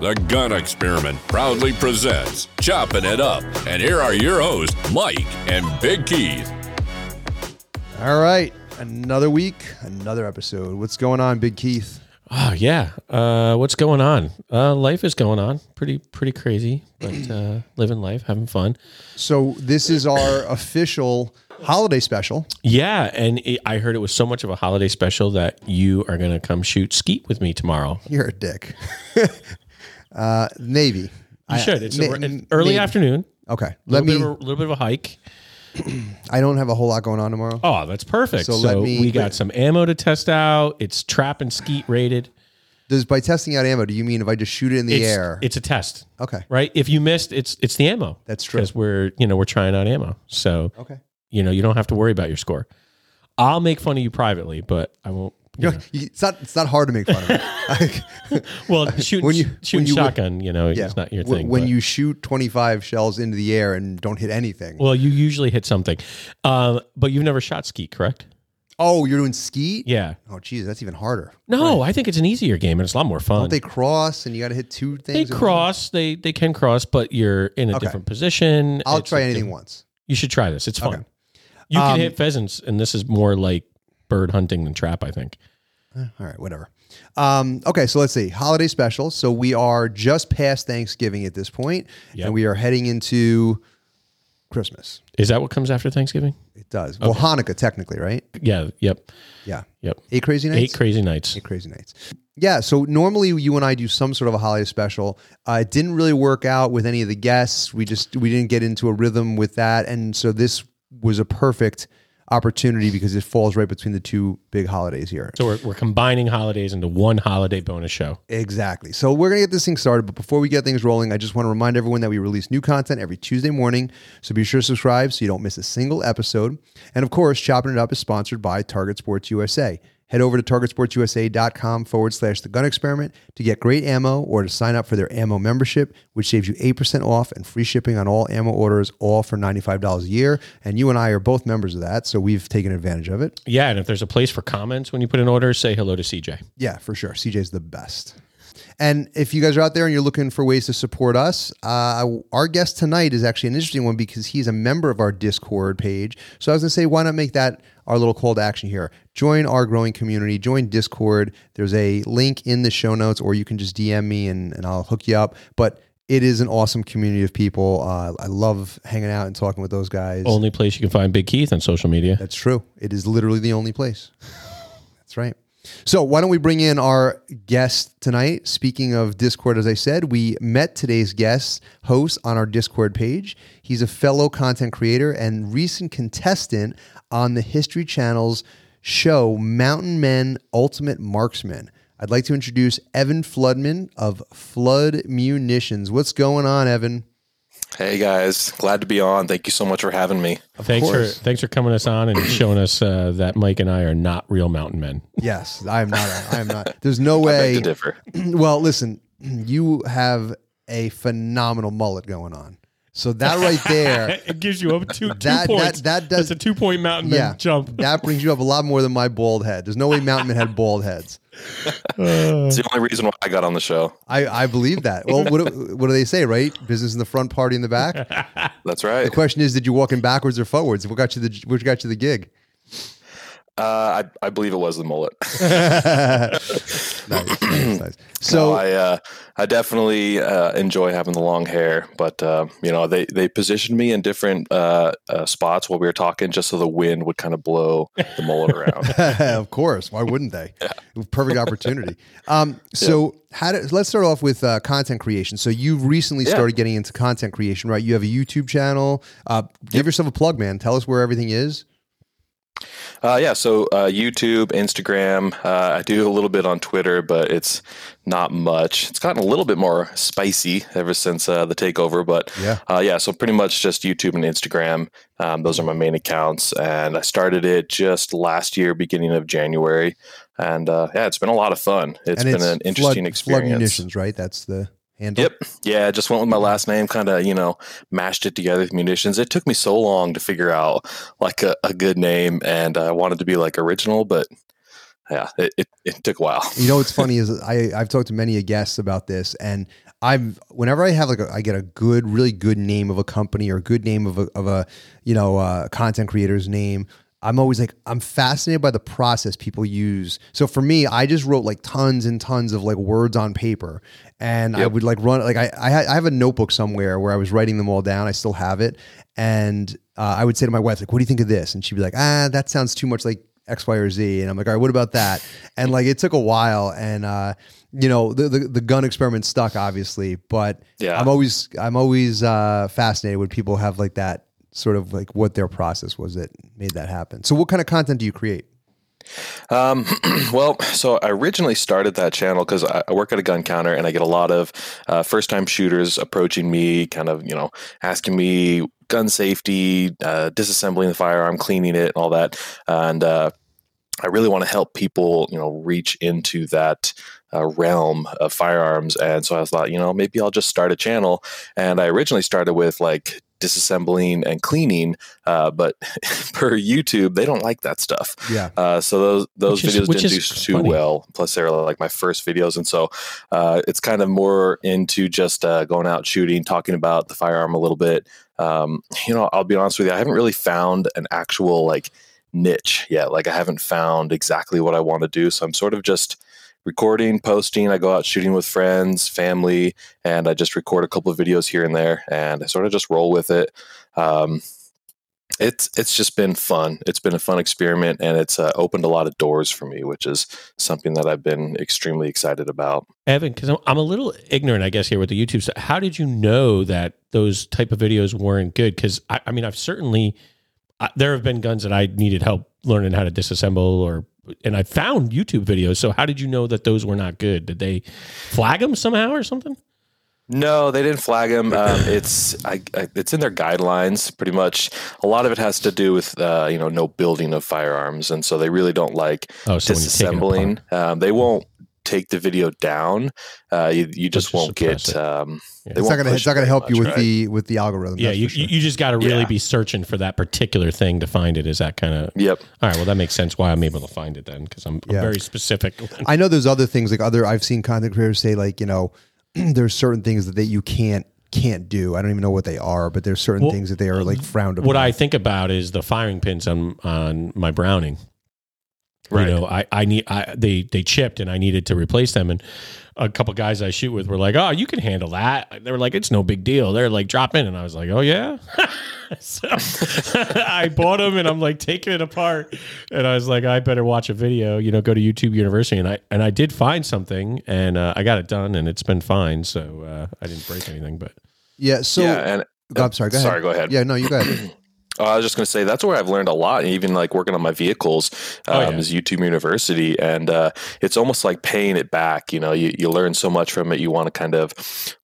The Gun Experiment proudly presents Chopping It Up. And here are your hosts, Mike and Big Keith. All right, another week, another episode. What's going on, Big Keith? Oh yeah. Uh, what's going on? Uh, life is going on. Pretty pretty crazy, but uh, living life, having fun. So this is our official holiday special. Yeah, and it, I heard it was so much of a holiday special that you are gonna come shoot skeet with me tomorrow. You're a dick. uh, Navy. You You should. It's a- an early afternoon. Okay, let little me. bit of a little bit of a hike. I don't have a whole lot going on tomorrow. Oh, that's perfect. So So, let me- we got some ammo to test out. It's trap and skeet rated. Does by testing out ammo, do you mean if I just shoot it in the It's, air? It's a test. okay. Right? If you missed, it's it's the ammo. That's true. Because we're you know, we're trying out ammo. So Okay. you know, you don't have to worry about your score. I'll make fun of you privately, but I won't. you know. You- It's not. It's not hard to make fun of. it. Well, shooting, When you- shooting when you- shotgun, you know, yeah. it's not your When- thing. When but- you shoot 25 shells into the air and don't hit anything. well, you usually hit something, um, but you've never shot ski, correct? oh, you're doing skeet. Yeah. Oh, geez, that's even harder. No, I think it's an easier game and it's a lot more fun. Don't they cross and you got to hit two They things? at once? cross, they they can cross, but you're in a Okay. different position. I'll It's try a anything diff- once. You should try this. It's fun. Okay. You can Um, hit pheasants, and this is more like bird hunting than trap. I think. All right, whatever. Um, okay, so let's see. Holiday special. So we are just past Thanksgiving at this point, Yep. and we are heading into Christmas. Is that what comes after Thanksgiving? It does. Well, Hanukkah, technically, right? Yeah. Yep. Yeah. Yep. Eight crazy nights? Eight crazy nights. Eight crazy nights. Yeah, so normally you and I do some sort of a holiday special. Uh, it didn't really work out with any of the guests. We just we didn't get into a rhythm with that, and so this was a perfect opportunity because it falls right between the two big holidays here. So we're, we're combining holidays into one holiday bonus show. Exactly. So we're going to get this thing started, but before we get things rolling, I just want to remind everyone that we release new content every Tuesday morning. So be sure to subscribe so you don't miss a single episode. And of course, Chopping It Up is sponsored by Target Sports USA. Head over to targetsportsusa.com forward slash the gun experiment to get great ammo or to sign up for their ammo membership, which saves you 8% off and free shipping on all ammo orders, all for $95 a year. And you and I are both members of that, so we've taken advantage of it. Yeah, and if there's a place for comments when you put an order, say hello to CJ. Yeah, for sure. CJ's the best. And if you guys are out there and you're looking for ways to support us, uh, our guest tonight is actually an interesting one because he's a member of our Discord page. So I was going to say, why not make that our little call to action here? Join our growing community, join Discord. There's a link in the show notes, or you can just DM me and, and I'll hook you up. But it is an awesome community of people. Uh, I love hanging out and talking with those guys. Only place you can find Big Keith on social media. That's true. It is literally the only place. That's right. So, why don't we bring in our guest tonight? Speaking of Discord, as I said, we met today's guest host on our Discord page. He's a fellow content creator and recent contestant on the History Channel's show Mountain Men Ultimate Marksman. I'd like to introduce Evan Floodman of Flood Munitions. What's going on, Evan? Hey guys, glad to be on. Thank you so much for having me. Thanks for course. thanks for coming us on and showing us uh, that Mike and I are not real mountain men. Yes, I am not. I am not. There's no way. Beg to differ. well, listen, you have a phenomenal mullet going on. So that right there, It gives you up two, That- points. that- that does- That's a two point mountain yeah, that brings you up a lot more than my bald head. There's no way mountain men had bald heads. It's the only reason why I got on the show. I, I believe that. Well, what, do- what do they say, right? Business in the front, party in the back. That's right. The question is, did you walk in backwards or forwards? What got you the which got you the gig? Uh, I, I believe it was the mullet. Nice, nice, nice. So So I uh, I definitely uh, enjoy having the long hair, but uh, you know they they positioned me in different uh, uh, spots while we were talking, just so the wind would kind of blow the mullet around. of course, why wouldn't they? Perfect opportunity. Um, so, how do, let's start off with uh, content creation. So, you've recently Yeah. started getting into content creation, right? You have a YouTube channel. Uh, give yourself a plug, man. Tell us where everything is. Uh, yeah, so uh, YouTube, Instagram. Uh, I do a little bit on Twitter, but it's not much. It's gotten a little bit more spicy ever since uh, the takeover. But Yeah. uh, yeah, so pretty much just YouTube and Instagram. Um, those are my main accounts, and I started it just last year, beginning of January. And uh, yeah, it's been a lot of fun. It's And been an interesting flood, Flood experience. munitions, right? That's the handle. Yep. Yeah, I just went with my last name, kind of, you know, mashed it together with munitions. It took me so long to figure out like a, a good name, and I wanted to be like original, but yeah, it, it, it took a while. You know what's funny is I I've talked to many a guests about this, and I'm whenever I have like a, I get a good, really good name of a company or a good name of a of a you know uh, content creator's name. I'm always like I'm fascinated by the process people use. So for me, I just wrote like tons and tons of like words on paper, and I Yep. would like run like I I, ha- I have a notebook somewhere where I was writing them all down. I still have it, and uh, I would say to my wife like, "What do you think of this?" And she'd be like, "Ah, that sounds too much like X, Y, or Z. And I'm like, all right, what about that? And like, it took a while. And, uh, you know, the, the, the gun experiment stuck obviously, but Yeah. I'm always, I'm always, uh, fascinated when people have like that sort of like what their process was that made that happen. So what kind of content do you create? Um, well, so I originally started that channel because I, I work at a gun counter and I get a lot of uh, first time shooters approaching me, kind of, you know, asking me gun safety, uh, disassembling the firearm, cleaning it, and all that. And uh, I really want to help people, you know, reach into that uh, realm of firearms. And so I thought, you know, maybe I'll just start a channel. And I originally started with like, disassembling and cleaning uh, but per youtube they don't like that stuff Yeah. uh, so those those Which is- videos which didn't do is too funny. well. Plus, they were like my first videos, and so uh, it's kind of more into just uh, going out shooting, talking about the firearm a little bit. Um, you know, I'll be honest with you, I haven't really found an actual like niche yet. Like, I haven't found exactly what I want to do. So I'm sort of just recording, posting. I go out shooting with friends, family, and I just record a couple of videos here and there, and I sort of just roll with it. Um, it's it's just been fun. It's been a fun experiment, and it's uh, opened a lot of doors for me, which is something that I've been extremely excited about. Evan, because I'm, I'm a little ignorant, I guess, here with the YouTube stuff. How did you know that those type of videos weren't good? Because I, I mean, I've certainly I, there have been guns that I needed help learning how to disassemble, or and I found YouTube videos. So how did you know that those were not good? Did they flag them somehow or something? No, they didn't flag them. Um, it's I, I, it's in their guidelines, pretty much. A lot of it has to do with uh, you know no building of firearms, and so they really don't like Oh, so when you take it apart. disassembling. Um, they won't take the video down. Uh, you, you just just won't suppress get. it. Um, Yeah. they It's won't not gonna, push it's not gonna very help you much, with right? the, with the algorithm. yeah, that's you, for sure. you you just got to really Yeah. be searching for that particular thing to find it. Is that kind of Yep. all right? Well, that makes sense why I'm able to find it then because I'm, I'm Yeah. very specific. I know there's other things like other, I've seen content creators say like, you know, there's certain things that, that you can't, can't do. I don't even know what they are, but there's certain Well, things that they are like frowned upon. what I think about is the firing pins on on my Browning. Right. You know, I I need I they they chipped and I needed to replace them and a couple guys I shoot with were like, "Oh, you can handle that." They were like, "It's no big deal." They're like, "Drop in," and I was like, "Oh yeah." so I bought them and I'm like taking it apart, and I was like, "I better watch a video." You know, go to YouTube University, and I and I did find something, and uh, I got it done, and it's been fine. So uh, I didn't break anything, but yeah. So yeah, and I'm sorry. Go ahead. sorry, go ahead. Yeah, no, you go ahead. Oh, I was just going to say that's where I've learned a lot, even like working on my vehicles um, Oh, yeah. is YouTube University, and uh, it's almost like paying it back. You know, you, you learn so much from it, you want to kind of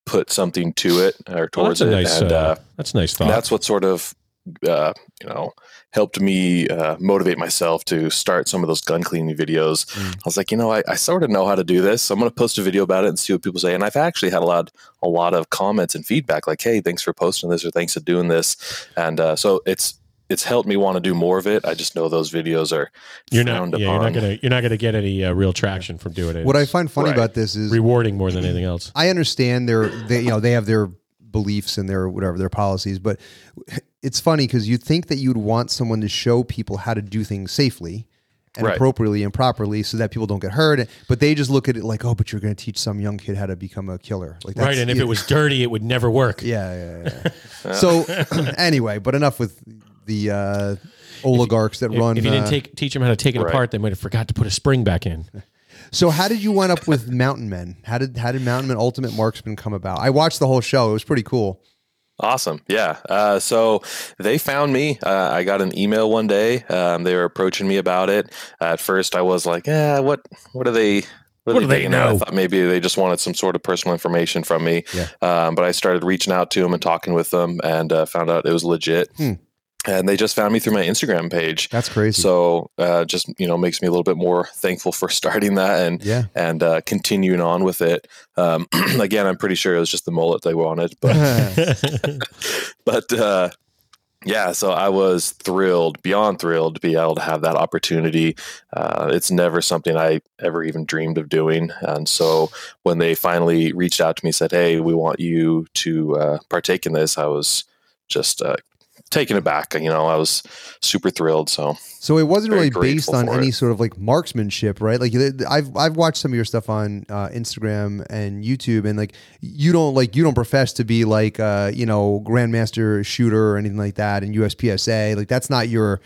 put something to it or Well, towards that's a it, nice and uh, uh, that's a nice thought. that's what sort of uh, you know helped me uh, motivate myself to start some of those gun cleaning videos. Mm. I was like, you know, I, I sort of know how to do this. So I'm going to post a video about it and see what people say. And I've actually had a lot, a lot of comments and feedback, like, hey, thanks for posting this or thanks for doing this. And uh, so it's it's helped me want to do more of it. I just know those videos are you're frowned not yeah, you're upon. not gonna you're not gonna get any uh, real traction from doing it. What I It's find funny Right. about this is rewarding more than anything else. I understand their they you know they have their beliefs and their whatever their policies, but it's funny because you think that you'd want someone to show people how to do things safely and Right. appropriately and properly so that people don't get hurt, but they just look at it like, oh, but you're going to teach some young kid how to become a killer, like Right, and if yeah, it was dirty, it would never work. yeah, yeah. yeah. so anyway, but enough with the uh, oligarchs that If, run. if you didn't uh, take, teach them how to take it Right. apart, they might have forgot to put a spring back in. So how did you wind up with Mountain Men? How did how did Mountain Men Ultimate Marksman come about? I watched the whole show. It was pretty cool. Awesome. Yeah. Uh, so they found me. Uh, I got an email one day. Um, they were approaching me about it. at first, I was like, eh, what, what are they? What do they thinking?" And I know? thought maybe they just wanted some sort of personal information from me. Yeah. Um, but I started reaching out to them and talking with them and uh, found out it was legit. Hmm. And they just found me through my Instagram page. That's crazy. So uh, just, you know, makes me a little bit more thankful for starting that and yeah. and uh, continuing on with it. Um, again, I'm pretty sure it was just the mullet they wanted, but yeah, but uh, yeah, so I was thrilled, beyond thrilled to be able to have that opportunity. Uh, it's never something I ever even dreamed of doing. And so when they finally reached out to me, said, Hey, we want you to uh, partake in this, I was just uh, taken aback. You know, I was super thrilled. So So it wasn't Very really based grateful on for any it. sort of like marksmanship, right? Like th- th- I've I've watched some of your stuff on uh, Instagram and YouTube, and like you don't like you don't profess to be like uh, you know grandmaster shooter or anything like that, and USPSA like that's not your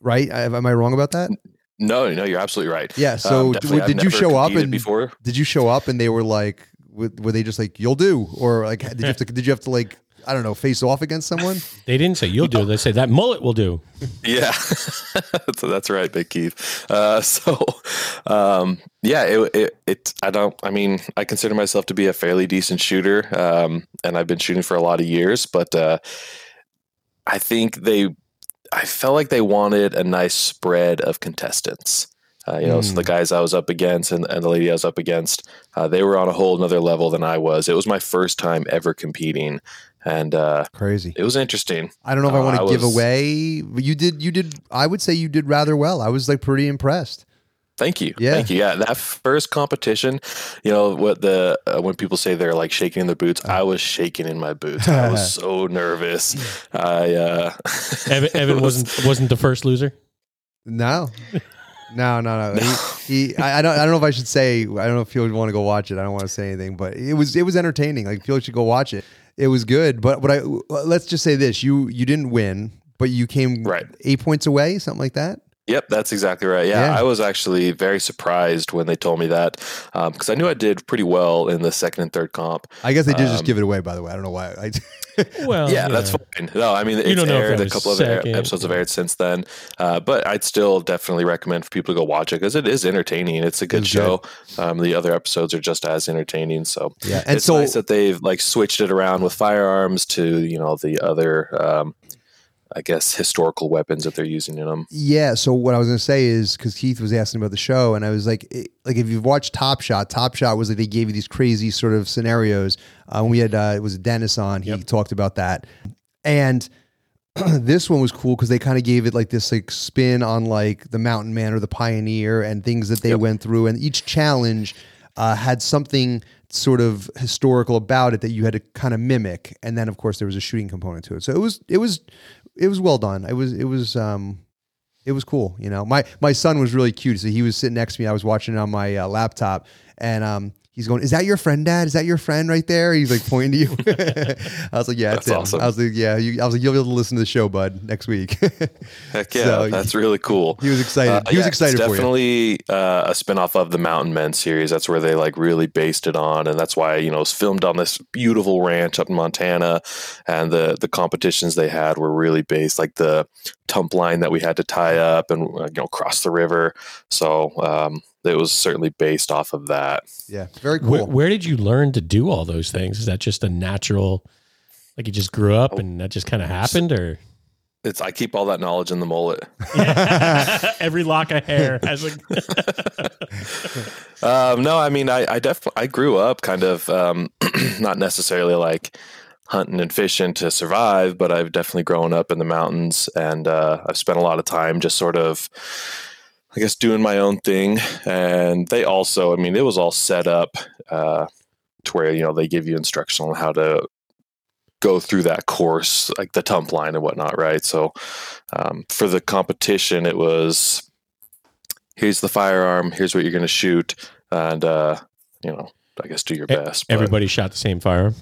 right. I- Am I wrong about that? no, no, you're absolutely right. Yeah. So Um, d- definitely, I've did you never show up competed and before? did you show up and they were like were were they just like you'll do or like did you have to did you have to like I don't know face off against someone? They didn't say you'll do. it. They said that mullet will do. Yeah, so that's right, Big Keith. Uh, so, um, yeah, it, it, it. I don't. I mean, I consider myself to be a fairly decent shooter, um, and I've been shooting for a lot of years. But uh, I think they, I felt like they wanted a nice spread of contestants. Uh, you know, so the guys I was up against and, and the lady I was up against, uh, they were on a whole nother level than I was. It was my first time ever competing, and uh, Crazy. it was interesting. I don't know if I Uh, want I to give was- away. but You did. You did. I would say you did rather well. I was like pretty impressed. Thank you. Yeah. Thank you. Yeah. That first competition, you know, what the, uh, when people say they're like shaking in their boots, I was shaking in my boots. I was so nervous. I, uh, Evan, Evan it was- wasn't wasn't the first loser. No, no, no, no. He, he, I, I don't. I don't know if I should say. I don't know if you would want to go watch it. I don't want to say anything, but it was. It was entertaining. Like Felix should go watch it. It was good. But but I let's just say this. You you didn't win, but you came Right. eight points away, something like that. yep, that's exactly right. Yeah, Yeah. I was actually very surprised when they told me that because I knew I did pretty well in the second and third comp. I guess they did just Um, give it away. By the way, I don't know why. I, Well, yeah, that's fine. No, I mean, it's Oh, don't know if aired I a was couple of air, second. episodes have aired since then, uh, but I'd still definitely recommend for people to go watch it because it is entertaining. It's a good was show. Um, the other episodes are just as entertaining. So yeah. And it's so nice that they've like switched it around with firearms to you know the other, um, I guess, historical weapons that they're using in them. Yeah. So what I was gonna say is because Keith was asking about the show, and I was like, it- like if you've watched Top Shot, Top Shot was like they gave you these crazy sort of scenarios. Uh, we had uh, it was Dennis on. He talked about that, and this one was cool because they kind of gave it like this like spin on like the mountain man or the pioneer and things that they went through and each challenge uh, had something sort of historical about it that you had to kind of mimic and then of course there was a shooting component to it so it was it was it was well done it was it was um it was cool you know my my son was really cute so he was sitting next to me i was watching it on my uh, laptop and um he's going is that your friend dad is that your friend right there he's like pointing to you i was like yeah that's, That's it awesome. I was like, yeah, you, I was like, you'll be able to listen to the show, bud, next week. he Heck yeah, So- that's really cool. was excited. Uh, he was yeah, excited it's for you. definitely uh, a spin-off of the mountain men series that's where they like really based it on and that's why you know it's filmed on this beautiful ranch up in montana and the the competitions they had were really based like the tump line that we had to tie up and uh, you know cross the river so um, it was certainly based off of that Yeah, very cool. Where, where did you learn to do all those things? Is that just a natural, like you just grew Oh. up and that just kind of happened, or it's i keep all that knowledge in the mullet every lock of hair has a Um, no, I mean, I, I definitely, I grew up kind of, um, not necessarily like hunting and fishing to survive, but I've definitely grown up in the mountains and, uh, I've spent a lot of time just sort of, I guess, doing my own thing. And they also, I mean, it was all set up, uh, to where, you know, they give you instruction on how to go through that course, like the tump line and whatnot. Right. So, um, for the competition, it was, here's the firearm, here's what you're going to shoot, and uh, you know, I guess do your E- best. But, Everybody shot the same firearm.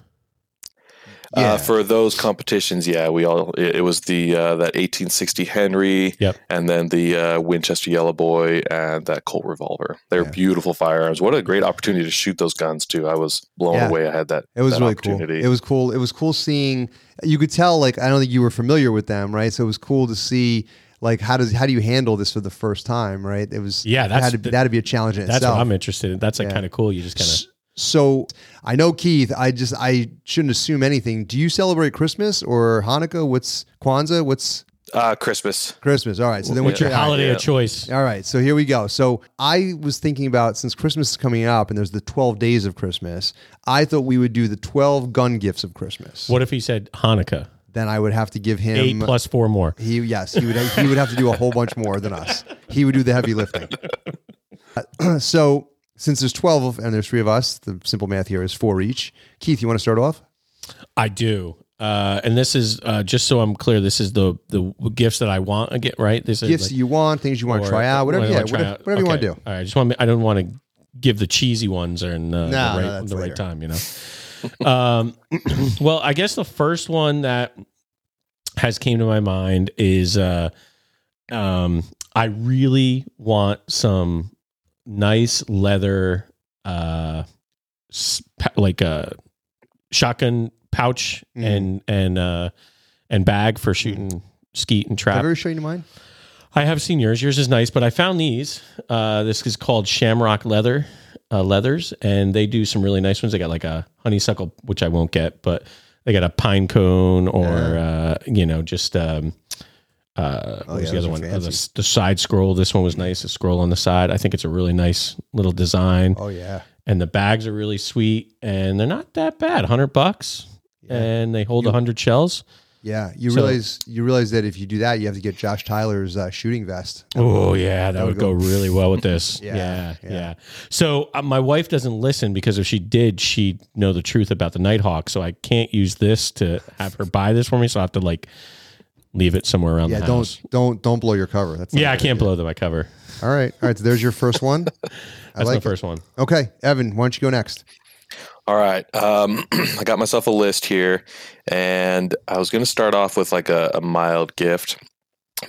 Yeah. uh, for those competitions, yeah, we all it, it was the uh, that 1860 Henry, Yep. and then the uh, Winchester Yellow Boy and that Colt revolver. They're Yeah. beautiful firearms. What a great opportunity to shoot those guns too. I was blown Yeah. away. I had that. It was that really cool. opportunity. It was cool. It was cool seeing. You could tell, like, I don't think you were familiar with them, right? So it was cool to see, like, how does how do you handle this for the first time, right? It was Yeah, that's that had to, the- that'd be a challenge in That's itself. what I'm interested in. That's like Yeah. kind of cool. You just kind of S- So I know Keith. I just I shouldn't assume anything. Do you celebrate Christmas or Hanukkah? What's Kwanzaa? What's uh, Christmas. Christmas? All right. So then what's your all right. holiday yeah. of choice? All right, so here we go. So I was thinking about since Christmas is coming up and there's the 12 days of Christmas, I thought we would do the 12 gun gifts of Christmas. What if he said Hanukkah? then I would have to give him Eight plus four more. He yes, he would he would have to do a whole bunch more than us. He would do the heavy lifting. Uh, so since there's twelve of- and there's three of us, the simple math here is four each. Keith, you want to start off? I do. Uh, and this is uh, just so I'm clear. This is the the gifts that I want to get right. This is Gifts like- you want, things you want to or- try out, whatever. what I Yeah, wanna try whatever, out. whatever you want to Okay. do. All right, I just want. I don't want to give the cheesy ones or in No, uh, no, the right that's the later. right time. You know. um, well, I guess the first one that has came to my mind is uh, um, I really want some nice leather, uh, s- pa- like a shotgun pouch Mm. and and uh, and bag for shooting skeet and Have I trap. ever shown you mine? I have seen yours. Yours is nice, but I found these. Uh, this is called Shamrock Leather uh, Leathers, and they do some really nice ones. They got like a honeysuckle, which I won't get, but they got a pine cone or uh, you know just um, uh, Oh, what was yeah, those the other are one? Oh, the, fancy. the side scroll. This one was nice. The scroll on the side. I think it's a really nice little design, Oh yeah. and the bags are really sweet, and they're not that bad. Hundred bucks, Yeah. and they hold You- a hundred shells. Yeah. You So- realize you realize that if you do that, you have to get Josh Tyler's uh, shooting vest. Oh yeah, that, that would would go, really well with this. Yeah, yeah, yeah, yeah. So uh, my wife doesn't listen because if she did, she'd know the truth about the Nighthawk. So I can't use this to have her buy this for me. So I have to like leave it somewhere around Yeah, the don't house. don't don't blow your cover. That's not yeah, a I good can't idea. blow them. I cover. All right, all right. So there's your first one. I That's like my first one. It. Okay, Evan, why don't you go next? All right. Um, I got myself a list here, and I was going to start off with like a, a mild gift,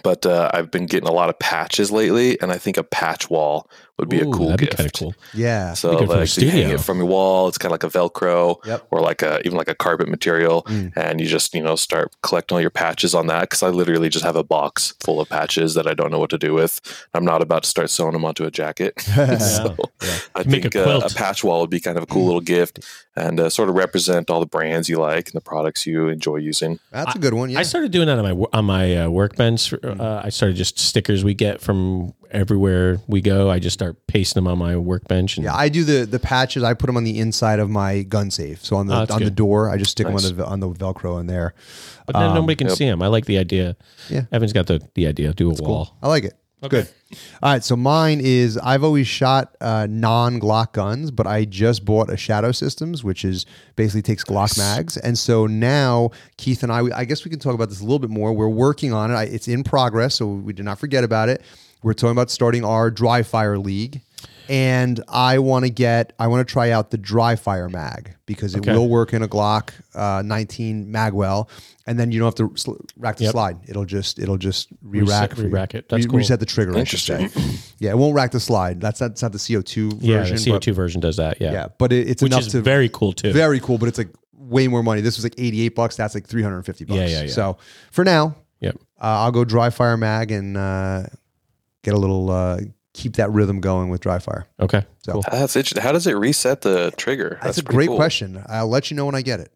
but uh, I've been getting a lot of patches lately, and I think a patch wall would be a Ooh, cool that'd be gift. kind of cool. Yeah. So Be good for like a so you hang studio. it from your wall. It's kind of like a Velcro Yep. or like a even like a carpet material, Mm. and you just you know start collecting all your patches on that. Because I literally just have a box full of patches that I don't know what to do with. I'm not about to start sewing them onto a jacket. so Yeah. I Make a think uh, a quilt. patch wall would be kind of a cool little gift, and uh, sort of represent all the brands you like and the products you enjoy using. That's a good one. Yeah. Mm-hmm. I started doing that on my wo- on my uh, workbench. Uh, I started just stickers we get from everywhere we go. I just start pasting them on my workbench. And yeah, I do the the patches. I put them on the inside of my gun safe. So on the Oh, that's on the good. door, I just stick Nice. them on the on the Velcro in there. But then Um, nobody can Yep. see him. I like the idea. Yeah. Evan's got the, the idea. Do a wall. I like it. Okay. Good. All right. So mine is I've always shot uh, non Glock guns, but I just bought a Shadow Systems, which is basically takes Glock mags. And so now Keith and I, we- I guess we can talk about this a little bit more. We're working on it. I, it's in progress, so we did not forget about it. We're talking about starting our dry fire league. And I want to get, I want to try out the dry fire mag because it Okay. will work in a Glock uh, 19 Magwell, and then you don't have to sl- rack the Yep. slide. It'll just, it'll just Reset- re-rack, for you. re-rack it. That's Re- cool. Reset the trigger. I should say. Interesting. yeah, it won't rack the slide. That's not, that's not the CO2 version. Yeah, the CO2 But, version does that. Yeah. yeah, but it, it's Which enough is to very, very cool too. cool. But it's like way more money. This was like eighty eight bucks. That's like three hundred and fifty bucks. Yeah, yeah, yeah. So for now, Yep. uh, I'll go dry fire mag and uh, get a little uh, keep that rhythm going with dry fire. okay. So- Cool. That's interesting. How does it reset the trigger? That's, a pretty great cool. question. I'll let you know when I get it.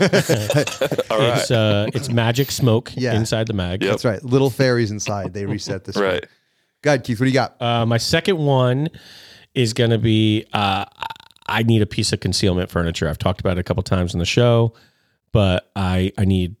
All right. It's uh it's magic smoke Yeah. inside the mag. Yep. That's right. Little fairies inside. They reset this. Right. Go ahead, Keith. What do you got? Uh my second one is gonna be uh I need a piece of concealment furniture. I've talked about it a couple times in the show, but I I need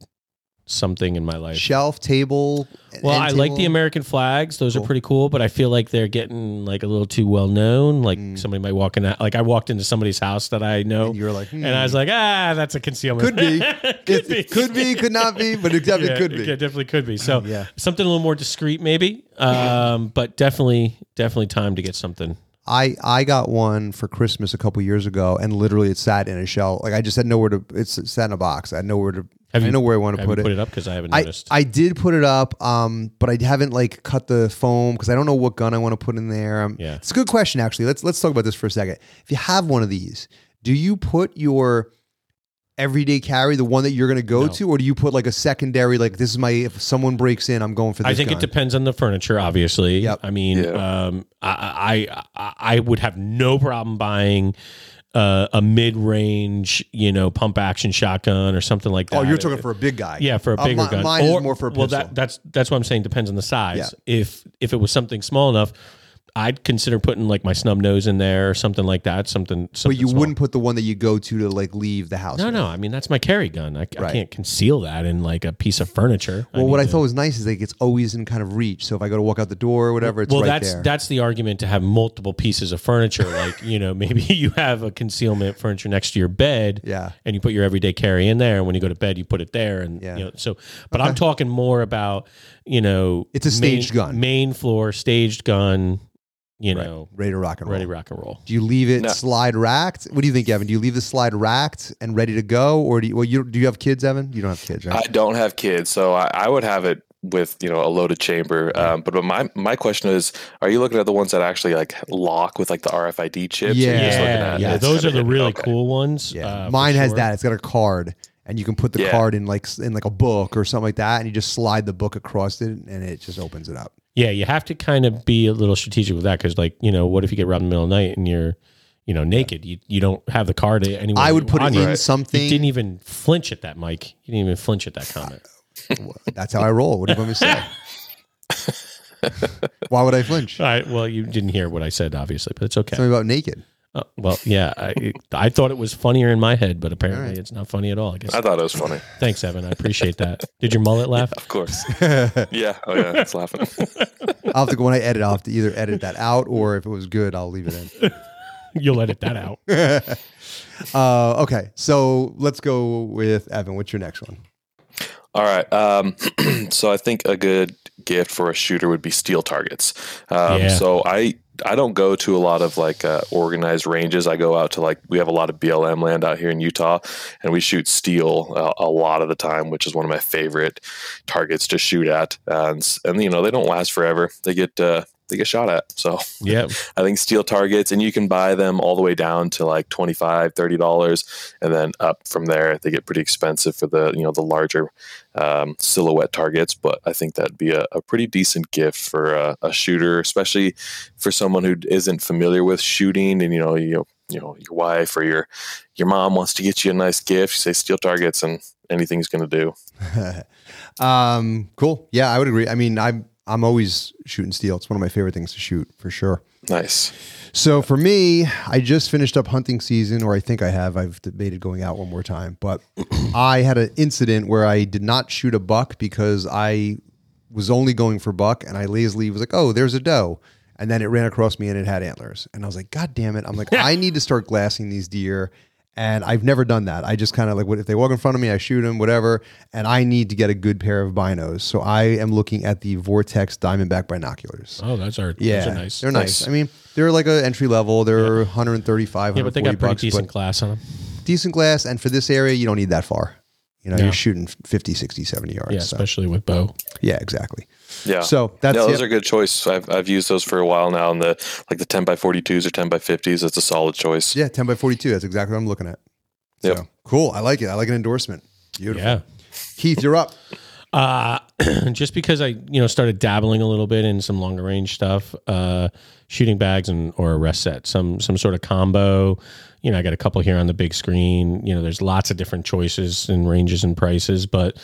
something in my life. Shelf, table. Well, end I like table? the American flags; those Cool. are pretty cool. But I feel like they're getting like a little too well known. Like Mm. somebody might walk in. That, like I walked into somebody's house that I know, And you're like, Oh. "Hmm, and I was like, ah, that's a concealment. Could be. could it, it could be, could not be, but it definitely Yeah, could it be. Ah, definitely could be. So Yeah. Mm-hmm. something a little more discreet, maybe. Um, but definitely, definitely time to get something. I I got one for Christmas a couple years ago, and literally it sat in a shell. Like I just had nowhere to. It's it sat in a box. I had nowhere to. Have I you- know where I want to Have you put it. put it up because I haven't I, noticed. I did put it up, um, but I haven't like cut the foam because I don't know what gun I want to put in there. Um, Yeah. it's a good question actually. Let's let's talk about this for a second. If you have one of these, do you put your everyday carry, the one that you're going to go No. to, or do you put like a secondary? Like this is my if someone breaks in, I'm going for this. I think gun? it depends on the furniture. Obviously, Yep. I mean, Yeah. um, I, I- I I would have no problem buying uh, a mid-range, you know, pump action shotgun or something like that. Oh, you're talking for a big guy. yeah for a Uh, bigger mi- gun. Mine is more for a pistol. Well, that, that's that's what I'm saying. Depends on the size. Yeah. If if it was something small enough, I'd consider putting like my snub nose in there or something like that. Something. but something you small. wouldn't put the one that you go to to like leave the house. No, with. no. I mean, that's my carry gun. I, I Right. can't conceal that in like a piece of furniture. Well, need what I to- thought was nice is like it's always in kind of reach. So if I go to walk out the door or whatever, it's well, right that's there. that's the argument to have multiple pieces of furniture. Like you know, maybe you have a concealment furniture next to your bed, Yeah. and you put your everyday carry in there. And when you go to bed, you put it there, and Yeah. you know. So, but I'm talking more about you know, It's a staged main, gun. main floor staged gun. You Right. know, ready to rock and roll. ready rock and roll. Do you leave it No. slide racked? What do you think, Evan? Do you leave the slide racked and ready to go, or do you? Well, you do you have kids, Evan? You don't have kids, I right? don't have kids, so I, I would have it with you know a loaded chamber. Um, but my my question is, are you looking at the ones that actually like lock with like the RFID chips? Or you're just looking Yeah, at yeah. it's Those kinda are the hidden? really Okay. cool ones. yeah, uh, for mine has sure. that. It's got a card, and you can put the Yeah. card in like s- in like a book or something like that, and you just slide the book across it, and it just opens it up. Yeah, you have to kind of be a little strategic with that because, like, you know, what if you get robbed in the middle of the night and you're, you know, naked? You you don't have the card anywhere. I you- would put on it you. in Right. You didn't something. even flinch at that, Mike. You didn't even flinch at that comment. That's how I roll. What do you want me to say? Why would I flinch? All right. Well, you didn't hear what I said, obviously, but it's okay. Something about naked. Uh, well, yeah, I, I thought it was funnier in my head, but apparently right. it's not funny at all. I guess. I thought it was funny. Thanks, Evan. I appreciate that. Did your mullet laugh? Of course. yeah. Oh yeah. It's laughing. I'll have to go when I edit. I'll have to either edit that out, or if it was good, I'll leave it in. You'll edit that out. Uh, okay, so let's go with Evan. What's your next one? All right. Um, so I think a good gift for a shooter would be steel targets. Um, Yeah. So I I don't go to a lot of like uh, organized ranges. I go out to like we have a lot of BLM land out here in Utah, and we shoot steel uh, a lot of the time, which is one of my favorite targets to shoot at. And s- and you know they don't last forever. They get uh, they get shot at. So Yeah. I think steel targets, and you can buy them all the way down to like 25 $30, and then up from there. They get pretty expensive for the, you know, the larger um, silhouette targets, but I think that'd be a, a pretty decent gift for a, a shooter, especially for someone who isn't familiar with shooting and, you know, you, you know, your wife or your, your mom wants to get you a nice gift. You say steel targets and anything's going to do. um, cool. Yeah, I would agree. I mean, I'm I'm always shooting steel. It's one of my favorite things to shoot for sure. Nice. So for me, I just finished up hunting season, or I think I have. I've debated going out one more time, but I had an incident where I did not shoot a buck because I was only going for buck, and I lazily was like, "Oh, there's a doe," and then it ran across me and it had antlers, and I was like, "God damn it!" I'm like, I need to start glassing these deer. And I've never done that. I just kind of like what if they walk in front of me, I shoot them, whatever. And I need to get a good pair of binos, so I am looking at the Vortex Diamondback binoculars. Oh, that's our. Yeah, Those are nice. They're nice. I mean, they're like an entry level. They're 135, Yeah, but they got 140 pretty bucks, decent class on them. but decent glass. And for this area, you don't need that far. You know, No. you're shooting 50, 60, 70 yards. Yeah, so- especially with bow. yeah, exactly. Yeah. So that's no, those it. are good choice. I've, I've used those for a while now, and the like the ten by forty twos or ten by fifties. That's a solid choice. yeah, 10 by 42. That's exactly what I'm looking at. Yep. So, cool. I like it. I like an endorsement. Beautiful. Yeah. Keith, you're up. Uh, just because I, you know, started dabbling a little bit in some longer range stuff, uh, shooting bags and or a rest set, some some sort of combo. You know, I got a couple here on the big screen. You know, there's lots of different choices and ranges and prices, but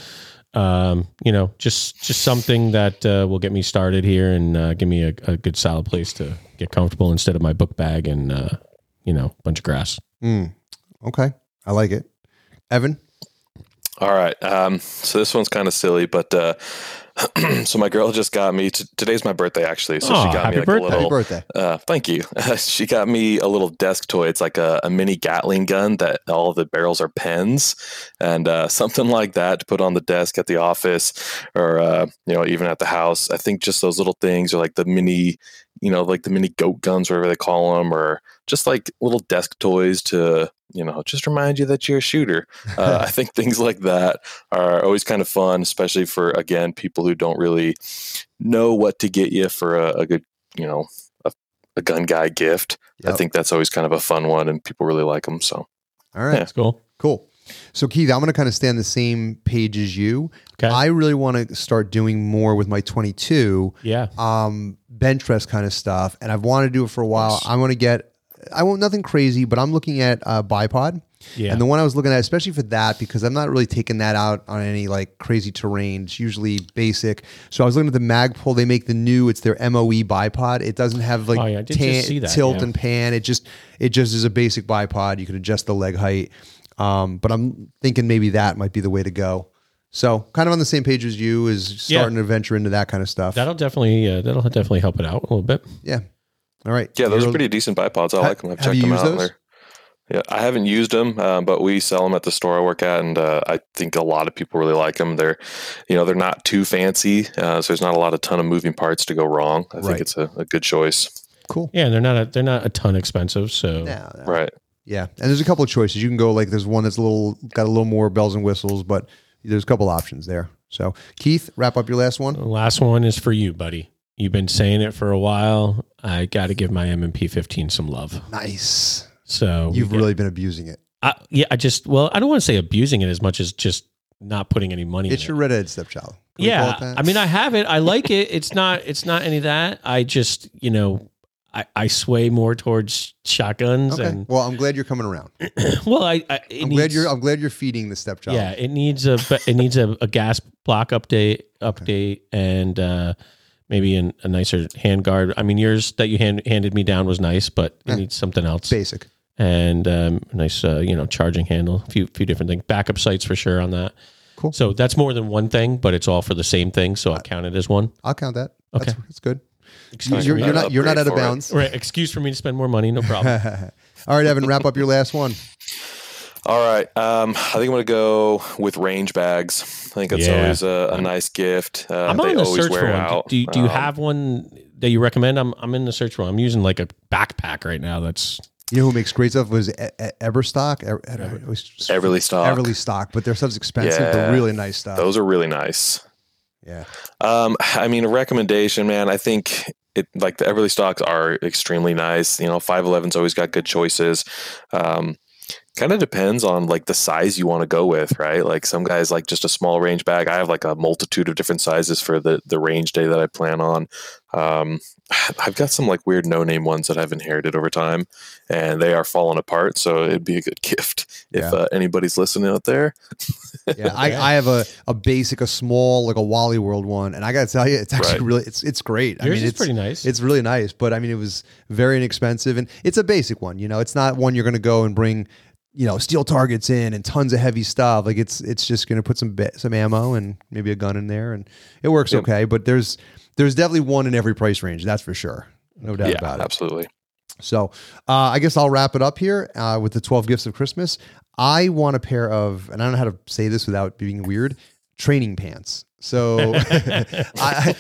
um, you know, just just something that uh, will get me started here and uh, give me a, a good solid place to get comfortable instead of my book bag and uh, you know, bunch of grass. Mm, okay. I like it. Evan? All right. Um, so this one's kind of silly, but uh, so my girl just got me. T- today's my birthday, actually. So Aw, she got happy me like birthday. a Happy little. birthday. Uh, thank you. she got me a little desk toy. It's like a, a mini Gatling gun that all the barrels are pens and uh, something like that to put on the desk at the office or, uh, you know, even at the house. I think just those little things are like the mini, you know, like the mini goat guns, whatever they call them, or just like little desk toys to, you know, just remind you that you're a shooter. Uh, I think things like that are always kind of fun, especially for, again, people who don't really know what to get you for a, a good, you know, a, a gun guy gift. I Yep. think that's always kind of a fun one, and people really like them. So, All right. yeah. That's cool. Cool. So, Keith, I'm going to kind of stay on the same page as you. Okay. I really want to start doing more with my 22 yeah. um, bench press kind of stuff, and I've wanted to do it for a while. Nice. I'm going to get I want nothing crazy, but I'm looking at uh, bipod. Yeah. And the one I was looking at, especially for that, because I'm not really taking that out on any like crazy terrain. It's usually basic. So I was looking at the Magpul. They make the new. It's their MOE bipod. It doesn't have like Oh, yeah, I did tan- just see that, tilt yeah. and pan. It just it just is a basic bipod. You can adjust the leg height. Um, but I'm thinking maybe that might be the way to go. So kind of on the same page as you is Yeah. starting to venture into that kind of stuff. That'll definitely uh, that'll definitely help it out a little bit. yeah. All right. Yeah, those are You're- pretty decent bipods. I like them. I've have checked you them used out. those? They're- Yeah, I haven't used them, um, but we sell them at the store I work at, and uh, I think a lot of people really like them. They're, you know, they're not too fancy, uh, so there's not a lot of ton of moving parts to go wrong. I Right. think it's a, a good choice. cool. Yeah, and they're not a, they're not a ton expensive, so Yeah, yeah. Right. Yeah, and there's a couple of choices. You can go like there's one that's a little got a little more bells and whistles, but there's a couple options there. So Keith, wrap up your last one. The last one is for you, buddy. You've been saying it for a while. I got to give my M&P 15 some love. Nice. So we You've get- really been abusing it. I, yeah, I just well, I don't want to say abusing it as much as just not putting any money. It's in your it. redheaded stepchild. Can we call it yeah. that? I mean, I have it. I like it. It's not. It's not any of that. I just you know, I, I sway more towards shotguns Okay. and well, I'm glad you're coming around. I'm well, I, I glad it needs- you're. I'm glad you're feeding the stepchild. Yeah, it needs a but it needs a, a gas block update update and uh, maybe an, a nicer hand guard. I mean, yours that you hand, handed me down was nice, but it Yeah. needs something else Basic. and um, a nice uh, you know charging handle. A few few different things. Backup sites for sure on that. Cool. So that's more than one thing, but it's all for the same thing. So I count it as one. I'll count that. That's, Okay. that's good. Excuse me. You're, you're Another not. You're not out upgrade of for it. bounds. Right, excuse for me to spend more money, no Uh, problem. All right, Evan, wrap up your last one. All right. Um, I think I'm going to go with range bags. I think that's Yeah. always a, a nice gift. Uh, I'm they on the always search for wear one. out. Do, do you Um, have one that you recommend? I'm I'm in the search for. one. I'm using like a backpack right now. That's You know who makes great stuff was E- E- Everstock. E- E- I always- Everly stock? Everly stock, but their stuff's expensive. They're Yeah. really nice stuff. Those are really nice. yeah. Um, I mean, a recommendation, man. I think it like the Everly stocks are extremely nice. You know, 511's always got good choices. Um, kind of depends on like the size you want to go with, right? Like some guys like just a small range bag. I have like a multitude of different sizes for the the range day that I plan on. Um, I've got some like weird no name ones that I've inherited over time, and they are falling apart. So it'd be a good gift if Yeah. uh, anybody's listening out there. Yeah, I, I have a, a basic, a small, like a Wally World one, and I gotta tell you, it's actually Right. really it's it's great. I yours mean, is it's pretty nice. It's really nice, but I mean, it was very inexpensive, and it's a basic one. You know, it's not one you're gonna go and bring, you know, steel targets in and tons of heavy stuff. Like it's it's just gonna put some bit, some ammo and maybe a gun in there, and it works Yep. okay. But there's there's definitely one in every price range. That's for sure, no doubt Yeah, about it. absolutely. So uh, I guess I'll wrap it up here uh, with the 12 gifts of Christmas. I want a pair of, and I don't know how to say this without being weird, training pants. So I,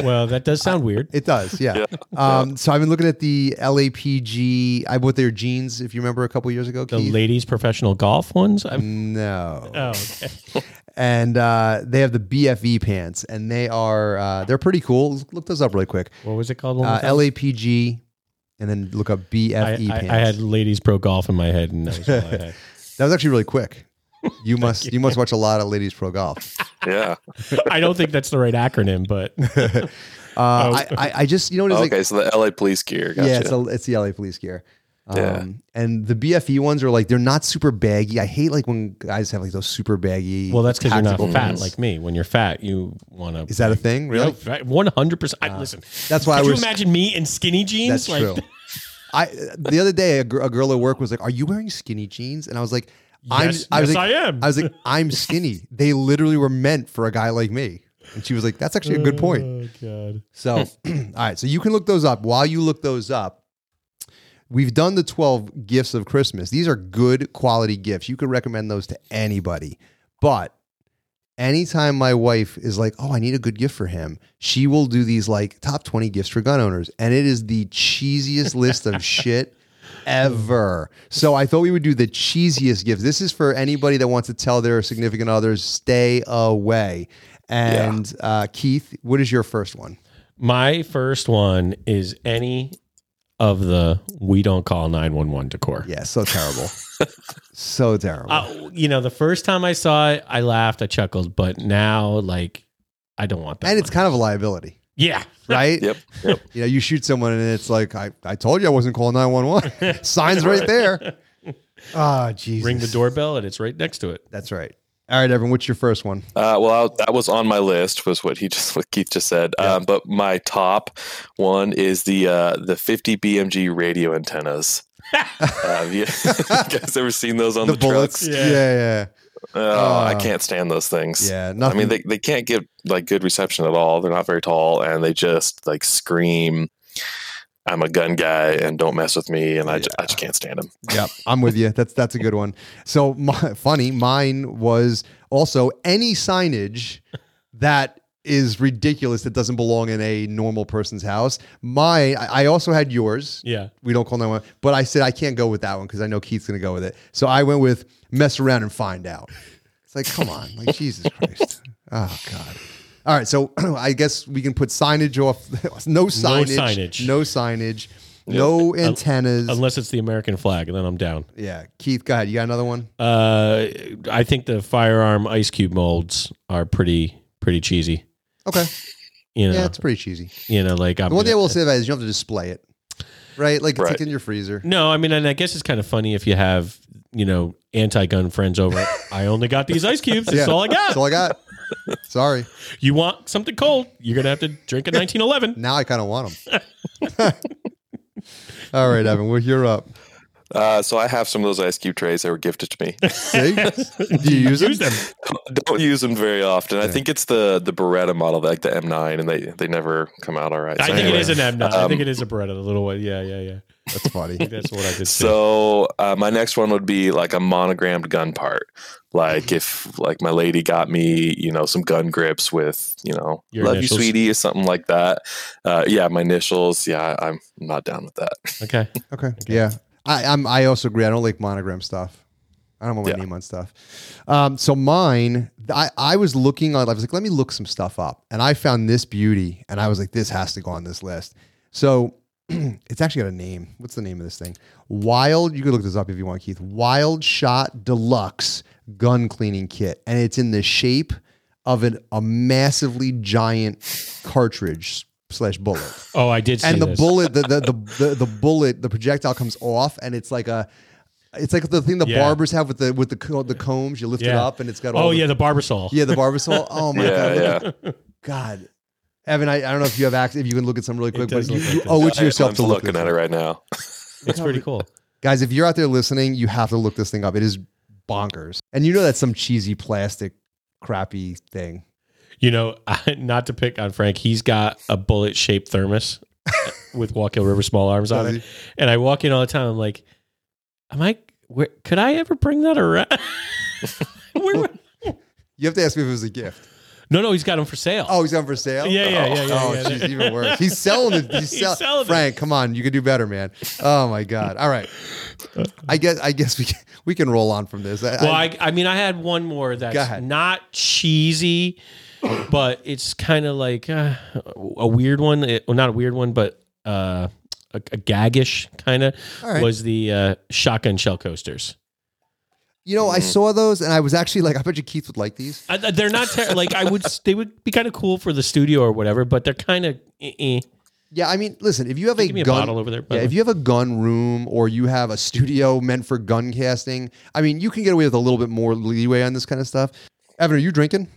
well, that does sound weird. it does, yeah. Um, so I've been looking at the LAPG. I bought their jeans, if you remember, a couple years ago. The Keith. ladies' professional golf ones. I'm, no, oh, okay. and uh, they have the BFE pants, and they are uh, they're pretty cool. Look those up really quick. What was it called? one Uh, more time? LAPG, and then look up BFE I, I, E pants. I had ladies' pro golf in my head, and that was all I had. That was actually really quick. You must you must watch a lot of ladies pro golf. Yeah. I don't think that's the right acronym, but Uh, Oh. I, I I just you know what it's Oh, okay, like. so the LA police gear. Gotcha. Yeah, it's a, it's the LA police gear. Um, Yeah. and the BFE ones are like they're not super baggy. I hate like when guys have like those super baggy. well, that's because you're not tactical fat ones. like me. When you're fat, you want to. Is that a thing? Really? One hundred percent. Listen, That's why could I you was. imagine me in skinny jeans? that's true. I the other day a, gr- a girl at work was like, "Are you wearing skinny jeans?" And I was like, "I'm." Yes, I was yes, like, I am. I was like, "I'm skinny." They literally were meant for a guy like me. And she was like, "That's actually a good point." Oh god. So, all right. So you can look those up. While you look those up, we've done the 12 gifts of Christmas. These are good quality gifts. You could recommend those to anybody. But anytime my wife is like, oh, I need a good gift for him, she will do these like top 20 gifts for gun owners. And it is the cheesiest list of shit ever. So I thought we would do the cheesiest gifts. This is for anybody that wants to tell their significant others, stay away. And uh, Keith, what is your first one? My first one is any of the we don't call nine one one decor. Yeah, so terrible. so terrible. Uh, you know, the first time I saw it, I laughed, I chuckled, but now like I don't want that. and it's one. kind of a liability. Yeah. right? Yep. Yep. You know, you shoot someone and it's like, I, I told you I wasn't calling 911. Signs right there. Ah, Jesus. Ring the doorbell and it's right next to it. That's right. All right, Evan, what's your first one? Uh, well, I- that was on my list. Was what he just what Keith just said. Um, but my top one is the uh, the 50 BMG radio antennas. uh, have you, you guys ever seen those on the, bullets. trucks? Yeah, yeah. Oh, I can't stand those things. Yeah. I Nothing. mean, they, they can't give like good reception at all. They're not very tall, and they just like scream, "I'm a gun guy, and don't mess with me." And I, ju- I just can't stand them. yeah, I'm with you. That's that's a good one. So my, funny, mine was also any signage that is ridiculous that doesn't belong in a normal person's house. My I I also had yours. Yeah. We don't call 911. But I said I can't go with that one because I know Keith's gonna go with it. So I went with mess around and find out. It's like, come on, like Jesus Christ. Oh God. All right, so I guess we can put signage off. no signage. signage. No signage. No antennas. Unless it's the American flag, and then I'm down. yeah, Keith, go ahead. You got another one? Uh, I think the firearm ice cube molds are pretty pretty cheesy. Okay. You know, Yeah, it's pretty cheesy. you know, like I'm The one thing I gonna- will say about it is you don't have to display it, right? Like it's Right. like in your freezer. No, I mean, and I guess it's kind of funny if you have you know anti-gun friends over. I only got these ice cubes. That's Yeah. all I got. That's all I got. Sorry. you want something cold? You're gonna have to drink a 1911. Now I kind of want them. all right, Evan, well, you're up. Uh, so I have some of those ice cube trays that were gifted to me. See? Do you use, them? don't use them very often. I think it's the the Beretta model, like the M9, and they they never come out all right. I So think anyway. it is an M9. I um, think it is a Beretta, the little one. Yeah, yeah, yeah. That's funny. That's what I did. see. So uh, my next one would be like a monogrammed gun part. Like if like my lady got me, you know, some gun grips with, you know, Your love initials. you, sweetie, or something like that. Uh, yeah, my initials. Yeah, I, I'm not down with that. okay, Okay. Yeah. I, I'm I also agree. I don't like monogram stuff. I don't want my Yeah. name on stuff. Um, so mine, I, I was looking on, I was like, let me look some stuff up. And I found this beauty and I was like, this has to go on this list. So it's actually got a name. What's the name of this thing? Wild, you can look this up if you want, Keith. Wild Shot Deluxe Gun Cleaning Kit. And it's in the shape of an, a massively giant cartridge slash bullet Oh, I did see and the this. bullet the the, the the the bullet the projectile comes off and it's like a it's like the thing the Yeah. barbers have with the with the co- the combs you lift it Yeah. up and it's got all Oh the, yeah, the barbersol. yeah the barber saw oh my god look yeah, at- god Evan I, I don't know if you have access if you can look at something really quick but does you, look like you this. owe yeah. it to yourself I'm to look looking this at it up. right now. it's pretty cool. guys if you're out there listening you have to look this thing up it is bonkers and you know that's some cheesy plastic crappy thing You know, I, not to pick on Frank, he's got a bullet shaped thermos with Walkill River small arms on it. And I walk in all the time. I'm like, am I? Where, could I ever bring that around? Where would- you have to ask me if it was a gift no, no, he's got them for sale. oh he's on for sale yeah, yeah, yeah, yeah. Oh, yeah. she's even worse. He's selling it. He's, He's sell- selling it. Frank, come on, you can do better, man. Oh my God! All right, I guess I guess we can, we can roll on from this. I, Well, I- I, I mean, I had one more Go that's ahead. not cheesy, but it's kind of like uh, a weird one. It, well, not a weird one, but uh, a, a gaggish kind of All right. was the uh, shotgun shell coasters. you know, I saw those, and I was actually like, I bet you Keith would like these. I, I- they're not ter- like I would. s- They would be kind of cool for the studio or whatever, but they're kind of. Eh-eh. Yeah, I mean, listen, if you have a Give me a gun, bottle over there. by yeah, the if way. you have a gun room or you have a studio meant for gun casting, I mean, you can get away with a little bit more leeway on this kind of stuff. Evan, are you drinking?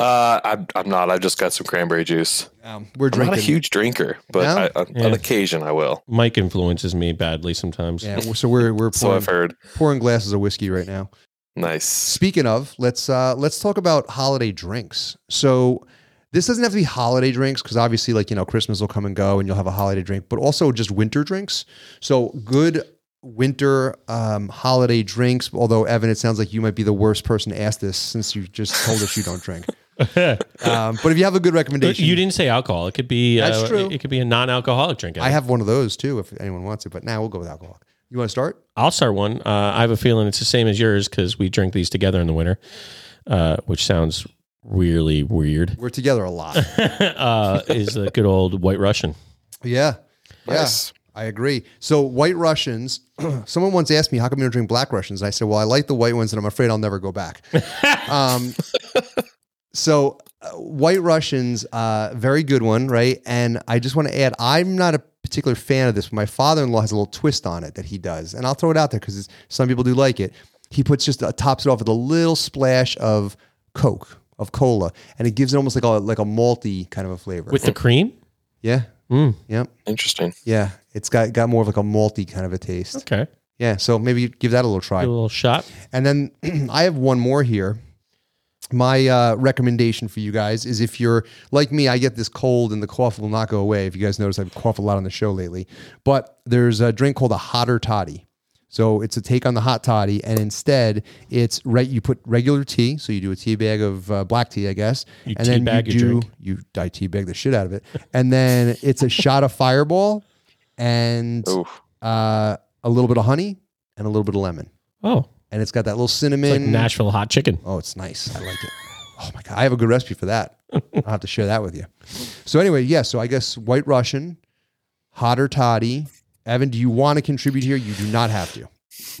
Uh, I'm, I'm not. I've just got some cranberry juice. Um, We're I'm drinking. not a huge drinker, but No? I, on, Yeah. on occasion I will. Mike influences me badly sometimes. yeah, so we're we're So pouring, I've heard. pouring glasses of whiskey right now. Nice. Speaking of, let's uh, let's talk about holiday drinks. So this doesn't have to be holiday drinks because obviously, like you know, Christmas will come and go, and you'll have a holiday drink, but also just winter drinks. So good winter um, holiday drinks. Although Evan, it sounds like you might be the worst person to ask this since you just told us you don't drink. um, but if you have a good recommendation, you didn't say alcohol. It could be. That's uh, true. It, it could be a non-alcoholic drink. I have one of those too. If anyone wants it, but now we'll go with alcohol. You want to start? I'll start one. Uh, I have a feeling it's the same as yours because we drink these together in the winter, uh, which sounds really weird. We're together a lot. uh, is the good old White Russian? yeah. Yeah. Nice. I agree. So white Russians, someone once asked me, how come you don't drink black Russians? And I said, well, I like the white ones and I'm afraid I'll never go back. um, so uh, White Russians, uh, very good one, right? And I just want to add, I'm not a particular fan of this, but my father-in-law has a little twist on it that he does, and I'll throw it out there because some people do like it. He puts just uh, tops it off with a little splash of Coke, of cola, and it gives it almost like a like a malty kind of a flavor. with the cream. yeah, Mm. yep, Interesting. yeah. It's got got more of like a malty kind of a taste. Okay, Yeah, so maybe give that a little Give try. it a little shot. And then I have one more here. My uh, recommendation for you guys is if you're like me, I get this cold and the cough will not go away. If you guys notice, I've coughed a lot on the show lately. But there's a drink called a hotter toddy. So it's a take on the hot toddy, and instead it's re- you put regular tea. So you do a tea bag of uh, black tea, I guess, You and then teabag you your do drink. you I teabag the shit out of it, and then it's a shot of Fireball and Oh, uh, a little bit of honey and a little bit of lemon Oh, and it's got that little it's like cinnamon. Nashville hot chicken. oh, it's nice. I like it. Oh my god, I have a good recipe for that. I'll have to share that with you. So anyway, yeah. So I guess White Russian, hotter toddy. Evan, do you want to contribute here? You do not have to.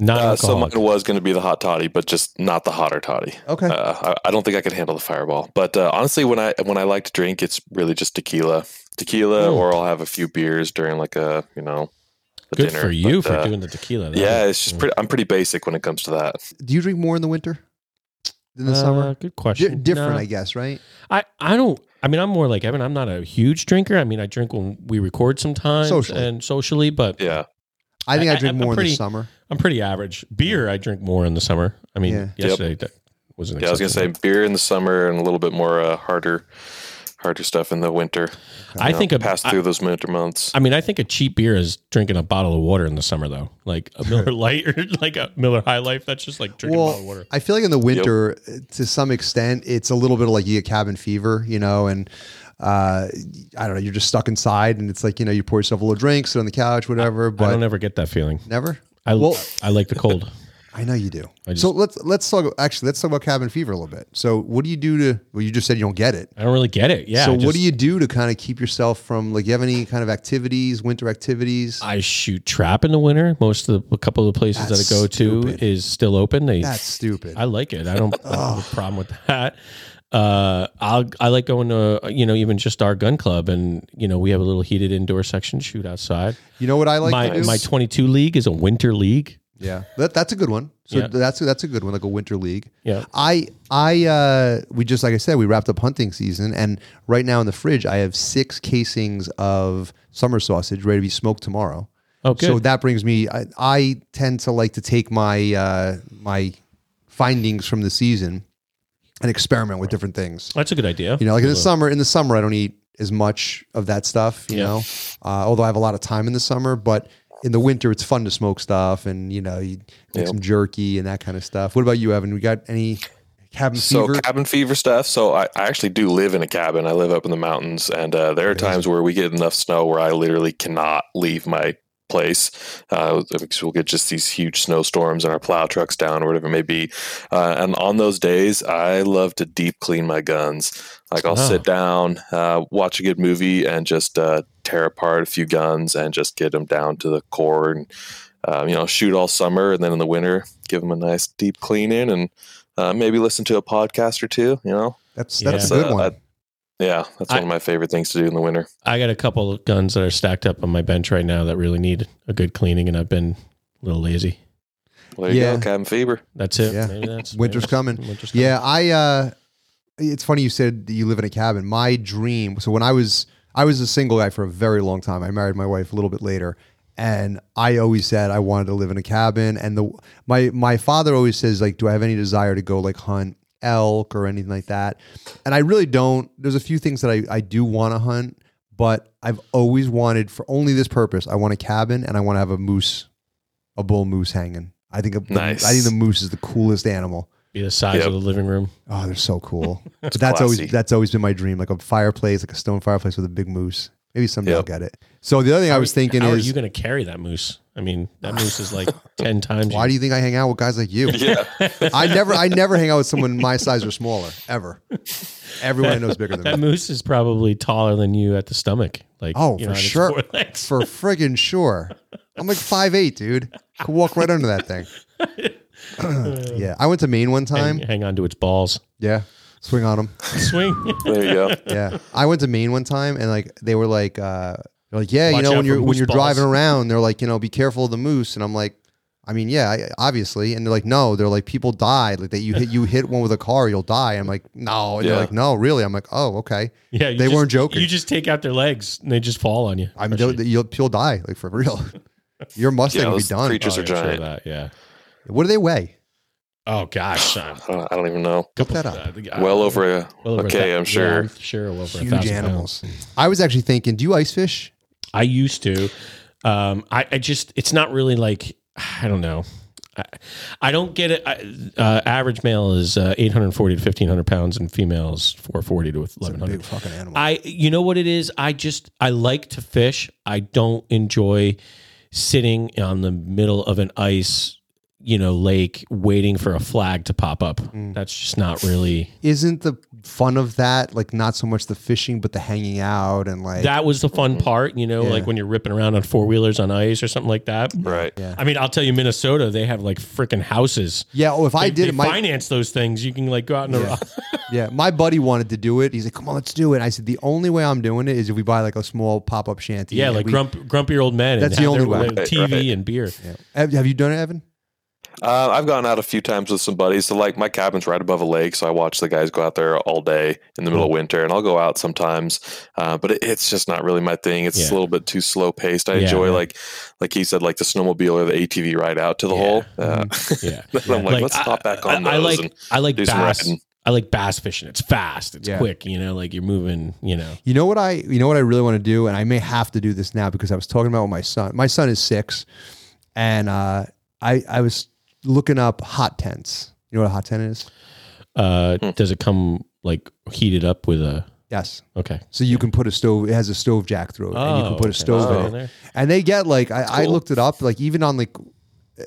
Not uh, so alcoholic. mine was going to be the hot toddy, but just not the hotter toddy. Okay. Uh, I, I don't think I could handle the fireball. But uh, honestly, when I when I like to drink, it's really just tequila, tequila, Mm. or I'll have a few beers during like a you know. a Good dinner. for you But, for uh, doing the tequila. That Yeah, was- it's just pretty. I'm pretty basic when it comes to that. do you drink more in the winter than the Uh, summer? Good Di- question. different, Nah. I guess. Right? I, I don't. I mean, I'm more like Evan. I'm not a huge drinker. I mean, I drink when we record sometimes Socially. and socially, but Yeah, I think I, I- drink I'm more in pretty- the summer. I'm pretty average. Beer, I drink more in the summer. I mean, Yeah. Yep. yesterday that wasn't. yeah. I was gonna say acceptable. beer in the summer and a little bit more uh, harder, harder stuff in the winter. I you know, think a, pass I, through those winter months. I mean, I think a cheap beer is drinking a bottle of water in the summer, though. Like a Miller Light or like a Miller High Life. That's just like drinking a bottle of water. I feel like in the winter, uh, to some extent, it's a little bit of like you get cabin fever, you know, and uh, I don't know, you're just stuck inside, and it's like you know, you pour yourself a little drink, sit on the couch, whatever. I But don't ever get that feeling. never, I Well- I like the cold. I know you do. I just- so let's let's talk. Actually, let's talk about cabin fever a little bit. So, what do you do to? Well, you just said you don't get it. I don't really get it. Yeah. so, I what just- do you do to kind of keep yourself from like? You have any kind of activities, winter activities? I shoot trap in the winter. Most of the a couple of the places That's that I go stupid. to is still open. They That's stupid. I like it. I don't I don't have a problem with that. Uh, I'll, I like going to, you know, even just our gun club and, you know, we have a little heated indoor section, shoot outside. you know what I like my, to do? my 22 league is a winter league. yeah, that, that's a good one. So Yeah. that's that's a good one, like a winter league. Yeah. I I uh we just like I said we wrapped up hunting season and right now in the fridge I have six casings of summer sausage ready to be smoked tomorrow. Oh, good. So that brings me I, I tend to like to take my uh my findings from the season and experiment with different things. That's a good idea. You know, like in the summer in the summer I don't eat as much of that stuff, you Yeah. know. Uh, although I have a lot of time in the summer, but in the winter it's fun to smoke stuff and you know, you make Yep. some jerky and that kind of stuff. What about you, Evan? We got any cabin so fever? cabin fever stuff. So I, I actually do live in a cabin. I live up in the mountains, and uh, there are times where we get enough snow where I literally cannot leave my place uh, because we'll get just these huge snowstorms and our plow trucks down or whatever it may be. Uh, and on those days, I love to deep clean my guns. Like I'll Oh. sit down, uh, watch a good movie, and just uh, tear apart a few guns and just get them down to the core and um, you know shoot all summer and then in the winter give them a nice deep clean in and uh, maybe listen to a podcast or two. You know, That's Yeah. that's a good So, one. uh, yeah, that's one of my favorite things to do in the winter. I got a couple of guns that are stacked up on my bench right now that really need a good cleaning and I've been a little lazy. Well, there you Yeah. go, cabin fever. That's it. Yeah. Maybe that's, Winter's maybe coming. Winter's coming. yeah, I. uh It's funny you said that you live in a cabin. My dream. So when I was I was a single guy for a very long time. I married my wife a little bit later, and I always said I wanted to live in a cabin. And the my my father always says like, do I have any desire to go like hunt elk or anything like that? And I really don't. There's a few things that I I do want to hunt. But I've always wanted, for only this purpose, I want a cabin and I want to have a moose, a bull moose hanging. I think a, Nice. I think the moose is the coolest animal. Be the size Yep. of the living room. Oh, they're so cool. But that's always classy. that's always been my dream, like a fireplace, like a stone fireplace with a big moose. Maybe someday I'll Yep. get it. So the other thing I was thinking How are is, you going to carry that moose? I mean, that moose is like 10 times. why do you think I hang out with guys like you? Yeah, I never, I never hang out with someone my size or smaller ever. Everyone I know is bigger That than me. moose is probably taller than you at the stomach. Like Oh, you for on its sure. four legs. For friggin' sure, I'm like five eight, dude. Could walk right under that thing. yeah, I went to Maine one Hang- time. hang on to its balls. Yeah, Swing on them. Swing. There you go. Yeah. I went to Maine one time and like they were like uh they're like, Yeah, you Watch know, out when for you're when moose you're balls. driving around, they're like, you know, be careful of the moose. And I'm like, I mean, yeah, I, obviously. And they're like, no, they're like, people died. Like that you hit you hit one with a car, you'll die. I'm like, no. And Yeah. they're like, no, really. I'm like, oh, okay. Yeah, you They just- weren't joking. You just take out their legs and they just fall on you. I'm Or you'll, shit. you'll you'll die, like for real. Your Mustang Yeah, will be those done. creatures Oh, are yeah, sure giant. that, yeah. What do they weigh? Oh gosh. uh, I don't, I don't even know. couple- that up. uh, Well over a well over a okay, thou- I'm sure. yeah, sure, well over a Huge thousand animals. pounds. I was actually thinking, do you ice fish? I used to. Um, I, I just it's not really like I don't know. I, I don't get it. I, uh, average male is uh, 840 to 1500 pounds, and females 440 to It's a 1100. big fucking animal. I you know what it is? I just I like to fish. I don't enjoy sitting on the middle of an ice, you know, lake waiting for a flag to pop up. Mm. That's just not really Isn't the fun of that like not so much the fishing, but the hanging out and like that was the fun part, you know, Mm. Yeah. like when you're ripping around on four wheelers on ice or something like that. Right. Yeah. I mean, I'll tell you, Minnesota, they have like freaking houses. Yeah, oh, if I They, did they it, my finance those things. You can like go out in the Yeah. yeah, my buddy wanted to do it. He's like, "Come on, let's do it." I said, "The only way I'm doing it is if we buy like a small pop up shanty." yeah, and like we- grump, grumpy old men. That's and the have only their way. little Right, TV right. and beer. Yeah. Have, have you done it, Evan? Uh, I've gone out a few times with some buddies. So, like, my cabin's right above a lake, so I watch the guys go out there all day in the middle Mm. of winter, and I'll go out sometimes. Uh, but it, it's just not really my thing. It's Yeah. a little bit too slow paced. I Yeah, enjoy, right. like, like he said, like the snowmobile or the ATV ride out to the Yeah. Mm-hmm. hole. Uh, Mm-hmm. Yeah. and I'm like, let's I- hop back on I, I those like and I like do some bass. riding. I like bass fishing. It's fast. It's Yeah. quick. You know, like you're moving. You know. You know what I? You know what I really want to do, and I may have to do this now because I was talking about with my son. My son is six, and uh, I I was looking up hot tents. You know what a hot tent is? Uh, Hmm. Does it come like heated up with a? Yes. Okay. So you can put a stove. It has a stove jack through it, and you can put okay. a stove Oh. in it. and they get like I, I cool. looked it up like even on like uh,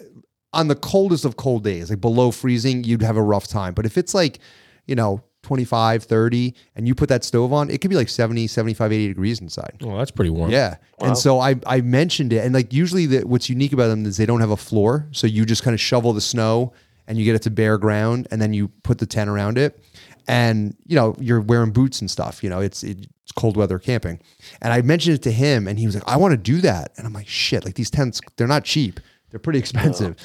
on the coldest of cold days like below freezing you'd have a rough time but if it's like you know 25 30 and you put that stove on it could be like 70 75 80 degrees inside Well, that's pretty warm. yeah and so I, I mentioned it and like usually the, what's unique about them is they don't have a floor so you just kind of shovel the snow and you get it to bare ground and then you put the tent around it and you know you're wearing boots and stuff you know it's it's cold weather camping and i mentioned it to him and he was like i want to do that and i'm like shit like these tents they're not cheap they're pretty expensive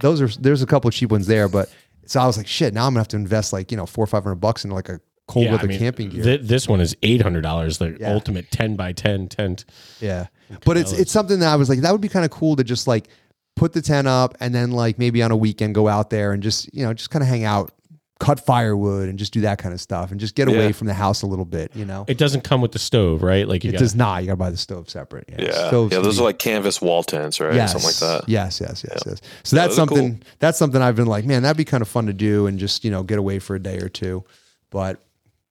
those are there's a couple of cheap ones there but so i was like shit now i'm gonna have to invest like you know four or five hundred bucks in like a cold Yeah, weather I mean, camping gear thi- this one is eight hundred dollars. The Yeah. ultimate ten by ten tent. Yeah. But it's it's something that I was like, that would be kind of cool to just like put the tent up and then like maybe on a weekend go out there and just, you know, just kind of hang out, cut firewood and just do that kind of stuff and just get away Yeah. from the house a little bit, you know? It, It doesn't come with the stove, right? Like you got. does not. You got to buy the stove separate. Yeah. Stoves yeah. can Those be- are like canvas wall tents, right? Something like that. Yes, yes, yes, yes. So Yeah, that's those are something that's something I've been like, man, that'd be kind of fun to do and just, you know, get away for a day or two. But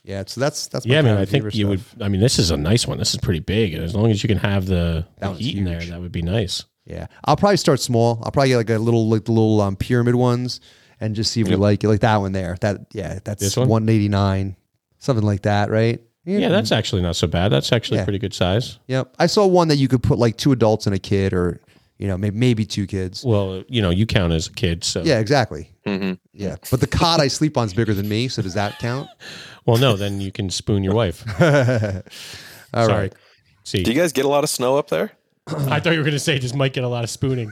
yeah, so that's that's my Yeah, I mean, kind I of think favorite you stuff. would. I mean, this is a nice one. This is pretty big. As long as you can have the, the one's heat in there, huge. that would be nice. Yeah, I'll probably start small. I'll probably get like a little like the little um, pyramid ones and just see if we like it, like that one there. That yeah, that's This one? one eighty nine, something like that, right? Yeah, that's actually not so bad. That's actually Yeah. pretty good size. yep. I saw one that you could put like two adults and a kid, or you know, maybe maybe two kids. Well, you know, you count as a kid, so Yeah, exactly. Mm-hmm. hmm Yeah, but the cot I sleep on is bigger than me, so does that count? Well, no, then you can spoon your wife. All right. Sorry. See, Do you guys get a lot of snow up there? I thought you were going to say, does Mike get a lot of spooning?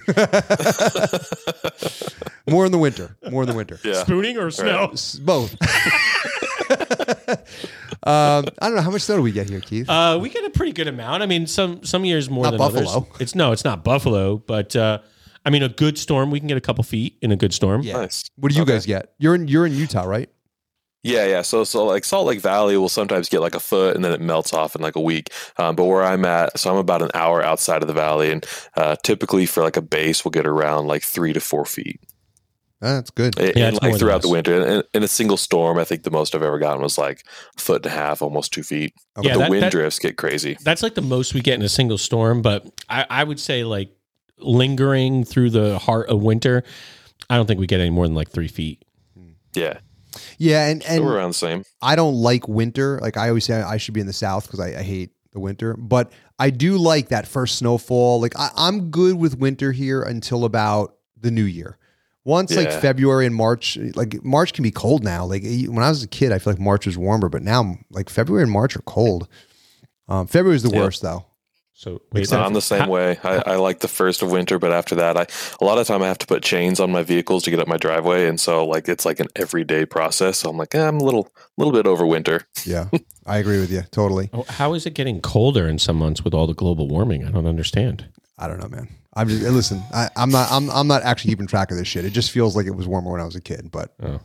more in the winter, more in the winter. Yeah. spooning or snow? S- Both. um, I don't know how much snow do we get here, Keith. Uh, we get a pretty good amount. I mean, some some years more Not than Buffalo. others. It's no, it's not Buffalo, but uh, I mean, a good storm we can get a couple feet in a good storm. Yeah. Nice. what do you okay. guys get? You're in you're in Utah, right? Yeah, yeah. So, so like Salt Lake Valley will sometimes get like a foot, and then it melts off in like a week. Um, but where I'm at, so I'm about an hour outside of the valley, and uh, typically for like a base, we'll get around like three to four feet, Uh, that's good. and, Yeah, it's more like than throughout the us. winter. And in a single storm, I think the most I've ever gotten was like a foot and a half, almost two feet. Okay. Yeah, the that- wind that- drifts get crazy. That's like the most we get in a single storm, but I, I would say like lingering through the heart of winter, I don't think we get any more than like three feet. Yeah, Yeah, and so and we're around the same. I don't like winter. Like I always say, I should be in the South because I, I hate the winter. But I do like that first snowfall. Like I, I'm good with winter here until about the new year. Once like Yeah. February and March, like March can be cold now. Like e- when I was a kid, I feel like March was warmer, but now like February and March are cold. Um, February is the Yeah. worst though. So Makes wait, sense. I'm the same way. I, I like the first of winter, but after that, I a lot of time I have to put chains on my vehicles to get up my driveway, and so like it's like an everyday process. So I'm like, eh, I'm a little little bit over winter. Yeah, I agree with you totally. Oh, How is it getting colder in some months with all the global warming? I don't understand. I don't know, man. I'm just listen. I, I'm not. I'm, I'm not actually keeping track of this shit. It just feels like it was warmer when I was a kid. But Oh.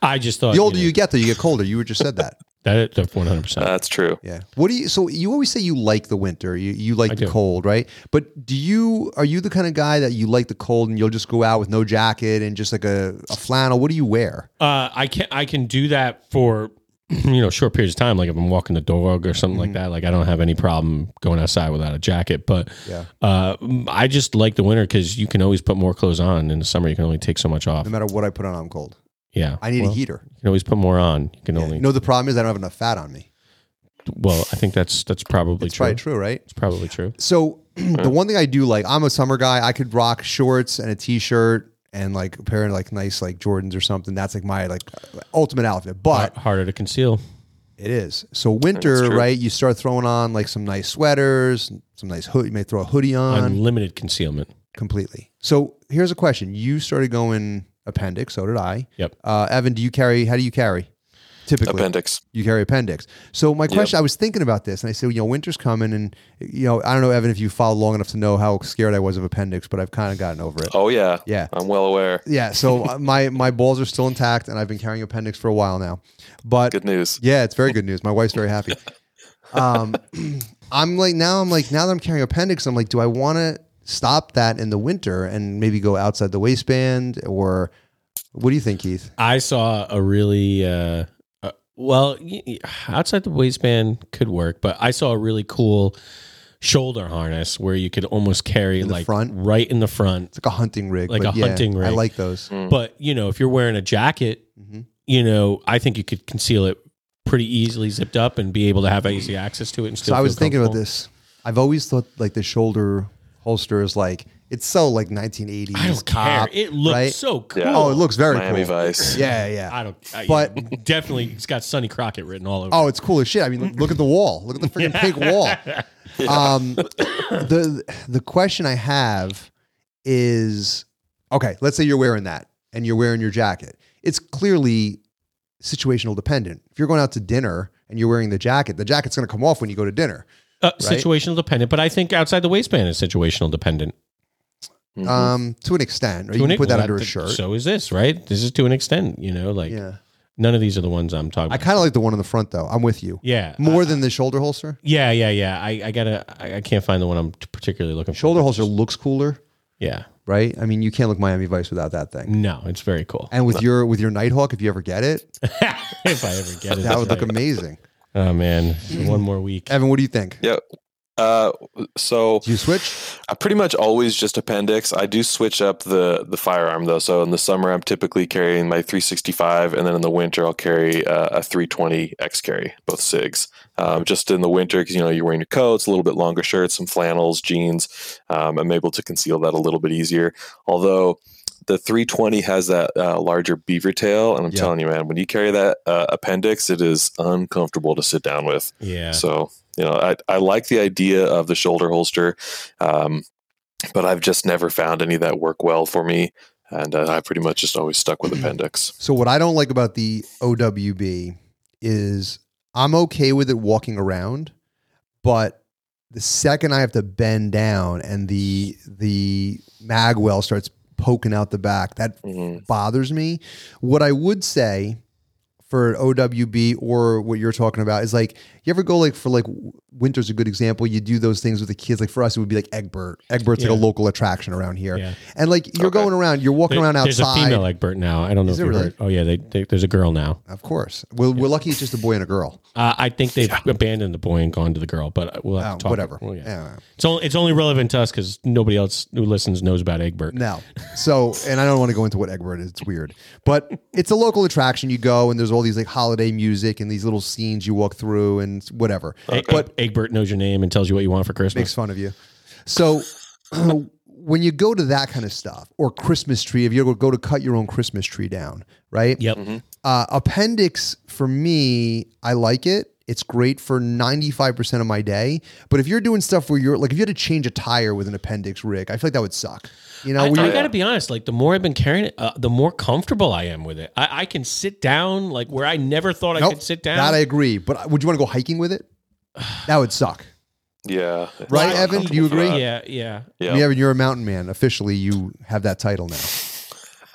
I just thought the older you know, get, Uh, though, you get colder. You just said that. that that's one hundred percent. That's true. Yeah. What do you? So you always say you like the winter. You you like I the do. cold, right? But do you are you the kind of guy that you like the cold and you'll just go out with no jacket and just like a, a flannel? What do you wear? Uh, I can I can do that for you know short periods of time. Like if I'm walking the dog or Mm-hmm. something like that, like I don't have any problem going outside without a jacket. But Yeah. uh, I just like the winter because you can always put more clothes on. In the summer, you can only take so much off. No matter what I put on, I'm cold. Yeah, I need well, a heater. You can always put more on. You can Yeah. only No, the problem is I don't have enough fat on me. well. I think that's that's probably It's true. probably true, right? It's probably true. So the one thing I do like, I'm a summer guy. I could rock shorts and a t-shirt and like a pair of like nice like Jordans or something. That's like my like ultimate outfit. But Har- harder to conceal. It is. So winter, true. right? You start throwing on like some nice sweaters, some nice hood. You may throw a hoodie on Unlimited concealment. completely. So here's a question: You started going appendix, so did I. Yep. Uh, Evan, do you carry? How do you carry? Typically, Appendix. you carry appendix. So my question: I was thinking about this, and I said, you know, winter's coming, and you know, I don't know, Evan, if you followed long enough to know how scared I was of appendix, but I've kind of gotten over it. Oh yeah, Yeah. I'm well aware. Yeah. So uh, my my balls are still intact, and I've been carrying appendix for a while now. But Good news. yeah, it's very good news. My wife's very happy. Um, I'm like now. I'm like now that I'm carrying appendix. I'm like, do I want to stop that in the winter and maybe go outside the waistband or what do you think, Keith? I saw a really uh, uh, well y- y- outside the waistband could work, but I saw a really cool shoulder harness where you could almost carry In the like front? right in the front. It's like a hunting rig, Like but a yeah, hunting I rig. like those. But you know, if you're wearing a jacket, Mhm. you know, I think you could conceal it pretty easily, zipped up, and be able to have easy access to it. And So still I feel was thinking about comfortable. this. I've always thought like the shoulder holster is like it's so like 1980s. I don't cop, care. It looks right? so cool. Yeah. Oh, it looks very Miami cool. Vice. Yeah, yeah. I don't. I, But- definitely, it's got Sonny Crockett written all over. it. Oh, it's cool as shit. I mean, look at the wall. Look at the freaking pink wall. Uh, Um, the the question I have is, okay, let's say you're wearing that and you're wearing your jacket. It's clearly situational dependent. If you're going out to dinner and you're wearing the jacket, the jacket's going to come off when you go to dinner. Uh, right? Situational dependent, but I think outside the waistband is situational dependent. Mhm. Um, to an extent, or To you an can ex- put that Mm-hmm. well, under a th- shirt. So is this right? This is to an extent, you know. Like yeah, none of these are the ones I'm talking. I about. kind of like the one in the front though. I'm with you yeah, more I- than the shoulder holster. yeah, yeah, yeah. I, I gotta. I, I can't find the one I'm t- particularly looking for. Shoulder holster looks cooler, Yeah. right? I mean, you can't look Miami Vice without that thing. No, it's very cool. And with your with your Nighthawk, if you ever get it, if I ever get it, That would that's look right. amazing. Oh man, one more week. Evan, what do you think? Yeah. Uh, so Do you switch? I pretty much always just appendix. I do switch up the the firearm though. So in the summer, I'm typically carrying my 365, and then in the winter, I'll carry uh, a 320 X carry, both sigs. Um, just in the winter, because you know you're wearing your coats, a little bit longer shirts, some flannels, jeans. Um, I'm able to conceal that a little bit easier. Although the 320 has that uh, larger beaver tail, and I'm Yeah. telling you, man, when you carry that uh, appendix, it is uncomfortable to sit down with. Yeah. So, you know, I, I like the idea of the shoulder holster, um, but I've just never found any that work well for me. And uh, I pretty much just always stuck Mm-hmm. with appendix. So what I don't like about the OWB is I'm okay with it walking around, but the second I have to bend down and the the mag well starts poking out the back, that Mhm. bothers me. What I would say for an OWB or what you're talking about is like you ever go like for like w- winter's a good example. You do those things with the kids. Like for us, it would be like Egbert. Egbert's like Yeah. a local attraction around here, Yeah. and like you're Okay. going around, you're walking There- around There's a outside. female Egbert now. I don't know Is if there you really? heard. Oh yeah, they, they, there's a girl now. of course, we're, we're lucky it's just a boy and a girl. Uh, I think they've abandoned the boy and gone to the girl, but we'll have Oh, to talk. whatever. Eh. Well, yeah. Yeah. It's only it's only relevant to us because nobody else who listens knows about Egbert. No. So, and I don't want to go into what Egbert is. It's weird, but it's a local attraction. You go and there's all these like holiday music and these little scenes you walk through and whatever. Egg- Egbert knows your name and tells you what you want for Christmas. makes fun of you. So, when you go to that kind of stuff or Christmas tree, if you go to cut your own Christmas tree down, right? Yep. Uh, appendix for me, I like it. It's great for 95% of my day. But if you're doing stuff where you're like, if you had to change a tire with an appendix rig, I feel like that would suck. You know, I, when I you're- gotta be honest. Like the more I've been carrying it, uh, the more comfortable I am with it. I, I can sit down like where I never thought I Nope, could sit down. that I agree. But uh, would you want to go hiking with it? That would suck. Yeah. Right, It's Evan? Do you uncomfortable for agree? that. yeah, yeah. Yeah. Yeah. Evan, you're a mountain man. Officially, you have that title now.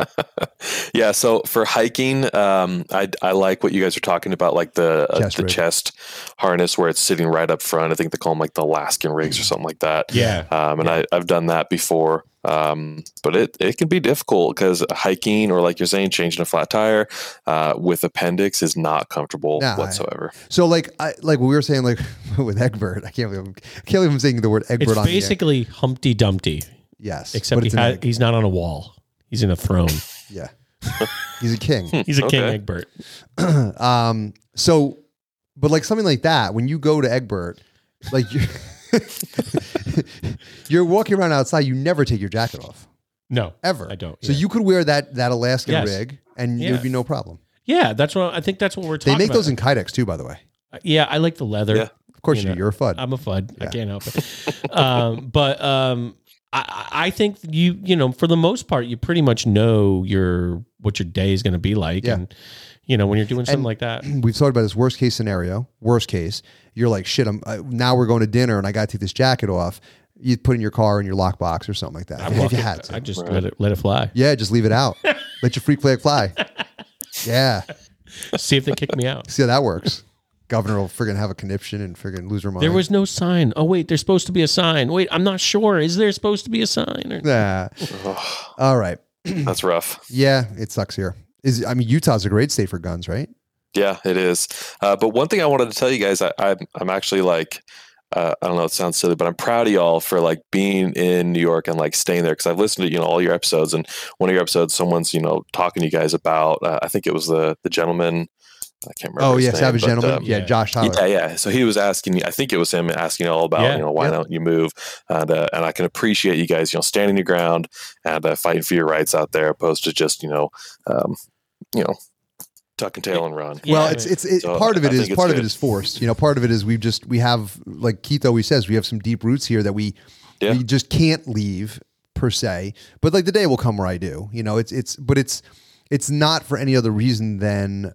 Yeah, so for hiking, um, I I like what you guys are talking about, like the uh, Chest the rig. chest harness where it's sitting right up front. I think they call them like the Alaskan Mm-hmm. rigs or something like that. Yeah. Um, and I, I've done that before, um, but it it can be difficult because hiking or like you're saying, changing a flat tire uh, with appendix is not comfortable Nah, I- whatsoever. So like I like we were saying like with Egbert, I can't believe I'm, I can't believe I'm saying the word Egbert It's on the air. basically Humpty Dumpty, Yes, except but he it's an ha- egg. he's not on a wall. He's in a throne. yeah, he's a king. He's a King Okay. Egbert. um, so, but like something like that, when you go to Egbert, like you're, you're walking around outside, you never take your jacket off No, ever. I don't. So yeah. you could wear that that Alaskan Yes. rig, and Yeah. there'd be no problem. yeah, that's what I think. That's what we're They talking. make those about. Uh, in Kydex too, by the way. yeah, I like the leather. Yeah. Of course, You you know, do. You're a fud. I'm a fud. I Yeah. can't help it. um, but um, I, I I think you you know for the most part you pretty much know your what your day is going to be like, Yeah. and you know when you're doing something And- like that. we've talked about this worst case scenario. Worst case, you're like, shit. I'm uh, now we're going to dinner, and I got to take this jacket off. You put it in your car in your lockbox or something like that. I, if walk you it- had to, I just Right. let it let it fly. yeah, just leave it out. Let your freak flag fly. Yeah, See if they kick me out. see how that works. Governor will friggin' have a conniption and friggin' lose her mind. There was no sign. Oh wait, there's supposed to be a sign. Wait, I'm not sure. Is there supposed to be a sign? Or- nah. All right. That's rough. Yeah, it sucks here. Is I mean Utah's a great state for guns, right? Yeah, it is. Uh, but one thing I wanted to tell you guys, I, I'm I'm actually like, uh, I don't know, it sounds silly, but I'm proud of y'all for like being in New York and like staying there because I've listened to you know all your episodes and one of your episodes, someone's you know talking to you guys about, uh, I think it was the the gentleman, I can't oh remember. his yeah, name, Savage but, Gentleman. um, yeah, Oh, yeah. Josh Tyler. yeah, yeah. So he was asking me. I think it was him asking all about Yeah, you know why yeah. don't you move, and uh, and I can appreciate you guys you know standing your ground and uh, fighting for your rights out there, opposed to just you know, um, you know, tuck and tail and run. Yeah, well, I it's mean- it's it, So part of I it is think it's part of good. it is forced. You know, part of it is we've just we have like Keith always says we have some deep roots here that we Yeah. we just can't leave per se. But like the day will come where I do. You know, it's it's but it's it's not for any other reason than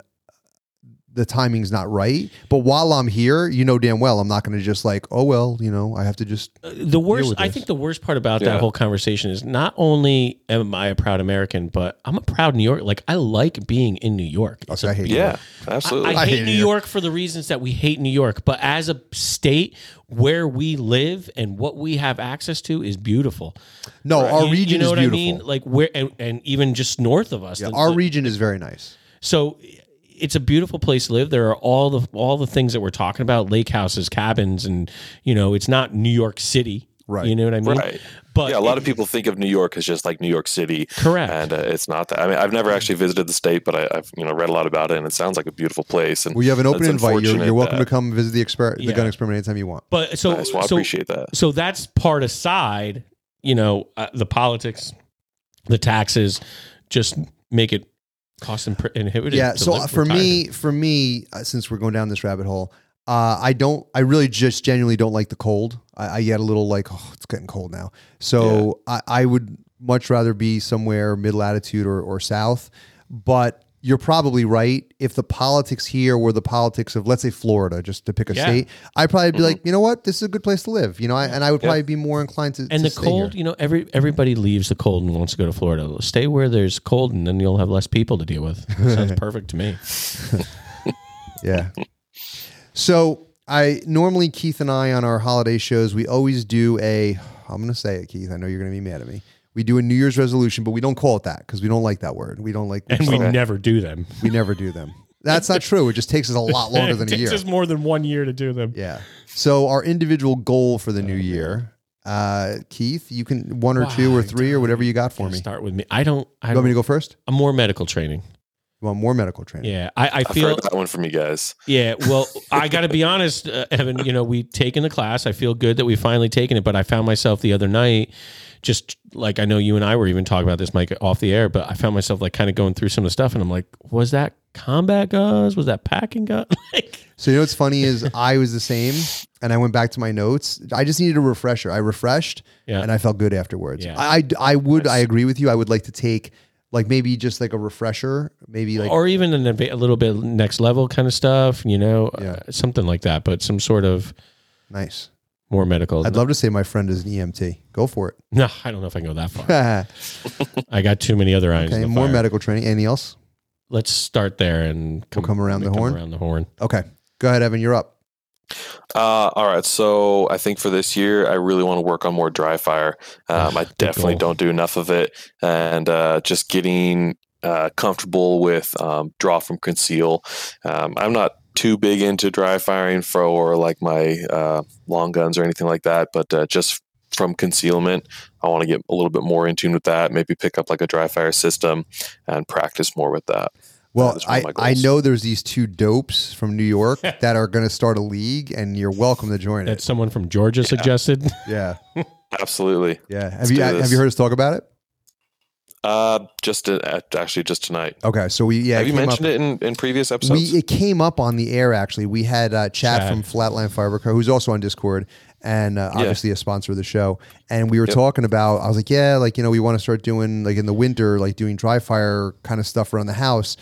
the timing's not right. But while I'm here, you know damn well I'm not going to just like oh well, you know I have to just uh, the worst with i this. think the worst part about Yeah. that whole conversation is not only am i a proud american but i'm a proud new york like i like being in new york okay, I hate you. Yeah, I, absolutely. I I hate hate New New York for the reasons that we hate New York, but as a state where we live and what we have access to is beautiful. No, our You- region you know is what beautiful. I mean? Like where and, and even just north of us. Yeah, the- our the- region is very nice. so it's a beautiful place to live. There are all the all the things that we're talking about: lake houses, cabins, and you know, it's not New York City. Right. You know what I mean? Right. But yeah, a it- lot of people think of New York as just like New York City, correct. and uh, it's not that. I mean, I've never actually visited the state, but I, I've you know read a lot about it, and it sounds like a beautiful place. And Well, you have an open That's invite. You're, unfortunate you're welcome that- to come visit the exper- Yeah. the gun experiment anytime you want. but so nice. Well, I so appreciate that. so that's part aside. You know, uh, the politics, the taxes, just make it cost imp- inhibitive. yeah to so uh, live- for retire. me for me uh, since we're going down this rabbit hole uh, i don't i really just genuinely don't like the cold i, I get a little like oh it's getting cold now so I, I would much rather be somewhere mid latitude or, or south but you're probably right if the politics here were the politics of let's say florida just to pick a Yeah. state i'd probably be like you know what this is a good place to live you know I, and i would Mm-hmm. Yeah. probably be more inclined to and to the stay cold, here. you know, every everybody leaves the cold and wants to go to Florida. Stay where there's cold, and then you'll have less people to deal with. Sounds perfect to me. Yeah. So I normally Keith and I on our holiday shows we always do a I'm going to say it Keith I know you're going to be mad at me. We do a New Year's resolution but we don't call it that because we don't like that word. We don't like And we we, never do them. never do them. That's not true. It just takes us a lot longer than a year. more than one year to do them. Yeah. So our individual goal for the new year uh Keith, you can one or two Wow, or three or whatever you got for me. Start with me. I don't. I You want me don't to go first? I'm more medical training. You You want more medical training. Yeah, I, I I've feel heard that one from you guys. Yeah, well, I got to be honest, uh, Evan. You know, we've taken the class. I feel good that we've finally taken it, but I found myself the other night, just like I know you and I were even talking about this, Mike, off the air. But I found myself like kind of going through some of the stuff, and I'm like, was that combat guns? Was that packing gun? like, So you know what's funny is I was the same, and I went back to my notes. I just needed a refresher. I refreshed, Yeah. and I felt good afterwards. Yeah. I I I would I agree with you. I would like to take like maybe just like a refresher, maybe like or even an, adva- a little bit next level kind of stuff, you know, Yeah. uh, something like that. But some sort of nice. more medical. I'd love to say my friend is an EMT. Go for it. no, I don't know if I can go that far. okay, I got too many other irons. in the more fire. medical training. Anything else? Let's start there and come, come around the come horn? Around the horn. Okay, go ahead, Evan. You're up. Uh, all right. So I think for this year, I really want to work on more dry fire. Um, I definitely goal. don't do enough of it, and uh, just getting uh, comfortable with um, draw from conceal. Um, I'm not too big into dry firing for or like my uh, long guns or anything like that, but uh, just from concealment, I want to get a little bit more in tune with that. Maybe pick up like a dry fire system and practice more with that. Well, that's one I, of my I goals. know there's these two dopes from New York that are going to start a league, and you're welcome to join That it. someone from Georgia suggested. Yeah, Absolutely. yeah. Have Let's you do have this. you heard us talk about it? Uh, just uh, actually just tonight. Okay, so we yeah. Have you came up- mentioned it in, in previous episodes? We it came up on the air actually. We had uh, Chad, Chad. from Flatline Fireworker, who's also on Discord and uh, Yeah. obviously a sponsor of the show. And we were talking about, I was like, yeah, like you know, we want to start doing like in the winter, like doing dry fire kind of stuff around the house.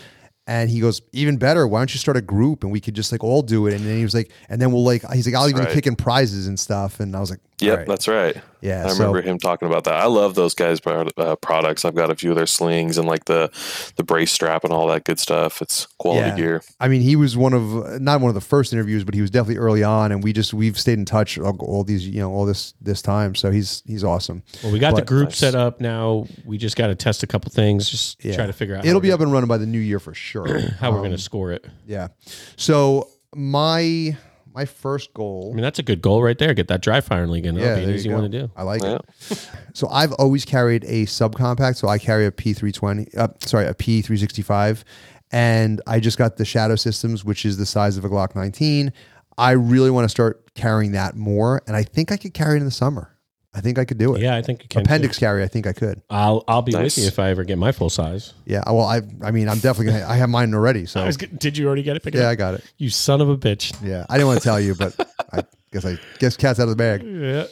And he goes, even better. Why don't you start a group and we could just like all do it? And then he was like, and then we'll like, he's like, I'll even right. kick in prizes and stuff. And I was like, Yep, all right. that's right. yeah. I so remember him talking about that. I love those guys' pro- uh, products. I've got a few of their slings and like the the brace strap and all that good stuff. It's quality Yeah. gear. I mean, he was one of not one of the first interviews, but he was definitely early on, and we just we've stayed in touch all these you know all this this time. So he's he's awesome. Well, we got the But- group Nice. set up now. We just got to test a couple things, just Yeah. try to figure out. how It'll we're be gonna- up and running by the new year for sure. how we're Um, going to score it. Yeah. So my my first I goal. mean, that's a good goal right there. Get that dry firing league in. Yeah, That'll be there an you easy go. one to do. I like Yeah. it. So I've always carried a subcompact. So I carry a P320. Uh, sorry, a P365, and I just got the Shadow Systems, which is the size of a Glock 19. I really want to start carrying that more, and I think I could carry it in the summer. I think I could do it. Yeah, I think you can. too. Appendix carry, I think I could. I'll I'll be Nice. with you if I ever get my full size. Yeah. uh, Well, I I mean, I'm definitely gonna. I have mine already. So did you already get it? Pick yeah, I got it. You son of a bitch. Yeah, I didn't want to tell you, but I guess I guess cat's out of the bag. Yeah.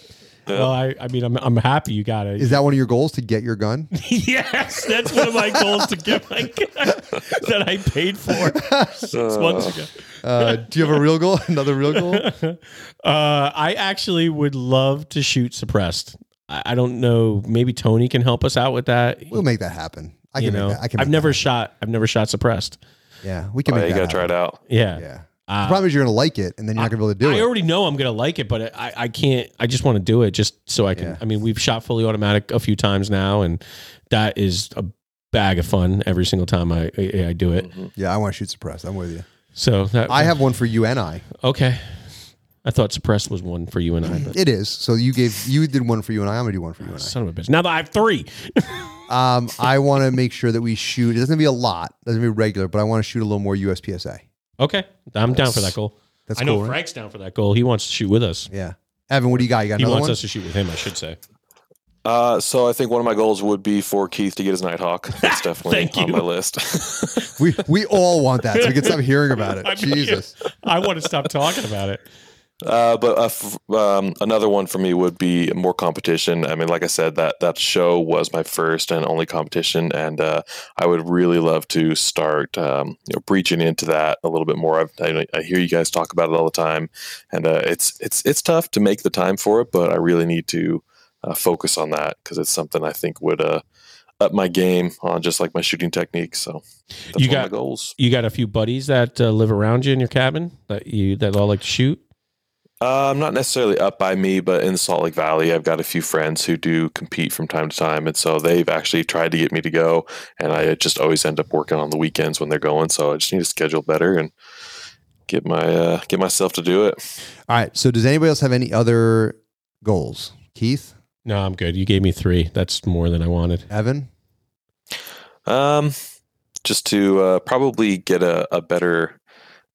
Well, I, I mean, I'm, I'm happy you got it. Is that one of your goals to get your gun? yes, that's one of my goals to get my that I paid for six months ago. Uh, do you have a real goal? Another real goal? Uh, I actually would love to shoot suppressed. I, I don't know. Maybe Tony can help us out with that. We'll make that happen. I you can. know, Make that, I can. I've make never that shot. I've never shot suppressed. happen. Yeah, we can Oh, make yeah, you that. got to try it out. Yeah. happen. Yeah. Uh, the problem is you're gonna like it, and then you're not gonna be able to do I it. already know I'm gonna like it, but I, I can't. I just want to do it just so I can. Yeah. I mean, we've shot fully automatic a few times now, and that is a bag of fun every single time I I, I do it. yeah, I want to shoot suppressed. I'm with you. So that, I have one for you and I. okay. I thought suppressed was one for you and I, but It is. So you gave you did one for you and I. I'm gonna do one for you and I. son of a bitch. Now that I have three, Um, I want to make sure that we shoot. It doesn't be a lot. Doesn't be regular, but I want to shoot a little more USPSA. okay, I'm down for that goal. That's I know cool, right? Frank's down for that goal. He wants to shoot with us. Yeah. Evan, what do you got? You got He another wants one? us to shoot with him. I should say. Uh, so I think one of my goals would be for Keith to get his Nighthawk. That's definitely Thank on you. my list. we we all want that, so we can stop hearing about it. I know you- Jesus. I want to stop talking about it. Uh, but uh, f- um, another one for me would be more competition. I mean, like I said, that that show was my first and only competition, and uh, I would really love to start um, you know, breaching into that a little bit more. I've, I, I hear you guys talk about it all the time, and uh, it's it's it's tough to make the time for it, but I really need to uh, focus on that because it's something I think would uh, up my game on just like my shooting technique. So that's You one got- of my goals. You got a few buddies that uh, live around you in your cabin that you that all like to shoot. Um, not necessarily up by me, but in Salt Lake Valley, I've got a few friends who do compete from time to time, and so they've actually tried to get me to go, and I just always end up working on the weekends when they're going. So I just need to schedule better and get my uh, get myself to do it. All right. So does anybody else have any other goals? Keith, No, I'm good. You gave me three. That's more than I wanted. Evan, Um, just to uh, probably get a, a better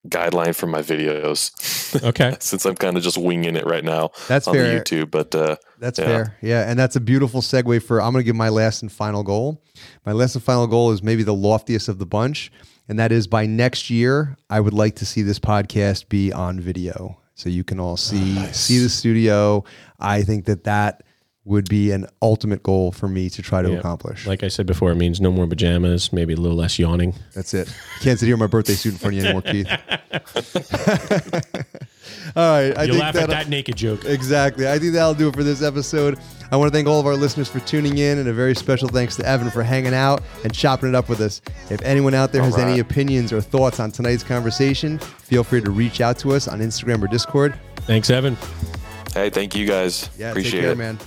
guideline for my videos Okay. since I'm kind of just winging it right now That's on fair. the YouTube. But uh, That's Yeah. fair. Yeah. And that's a beautiful segue for I'm going to give my last and final goal. My last and final goal is maybe the loftiest of the bunch. And that is by next year, I would like to see this podcast be on video. So you can all see see the studio. I think that that would be an ultimate goal for me to try to Yeah. accomplish. Like I said before, it means no more pajamas, maybe a little less yawning. That's it. Can't sit here in my birthday suit in front of you anymore, Keith. all right. I you think laugh at that'll- that naked joke. Exactly. I think that'll do it for this episode. I want to thank all of our listeners for tuning in, and a very special thanks to Evan for hanging out and chopping it up with us. If anyone out there has right. any opinions or thoughts on tonight's conversation, feel free to reach out to us on Instagram or Discord. Thanks, Evan. hey, thank you guys. Yeah, Appreciate take care, it. man.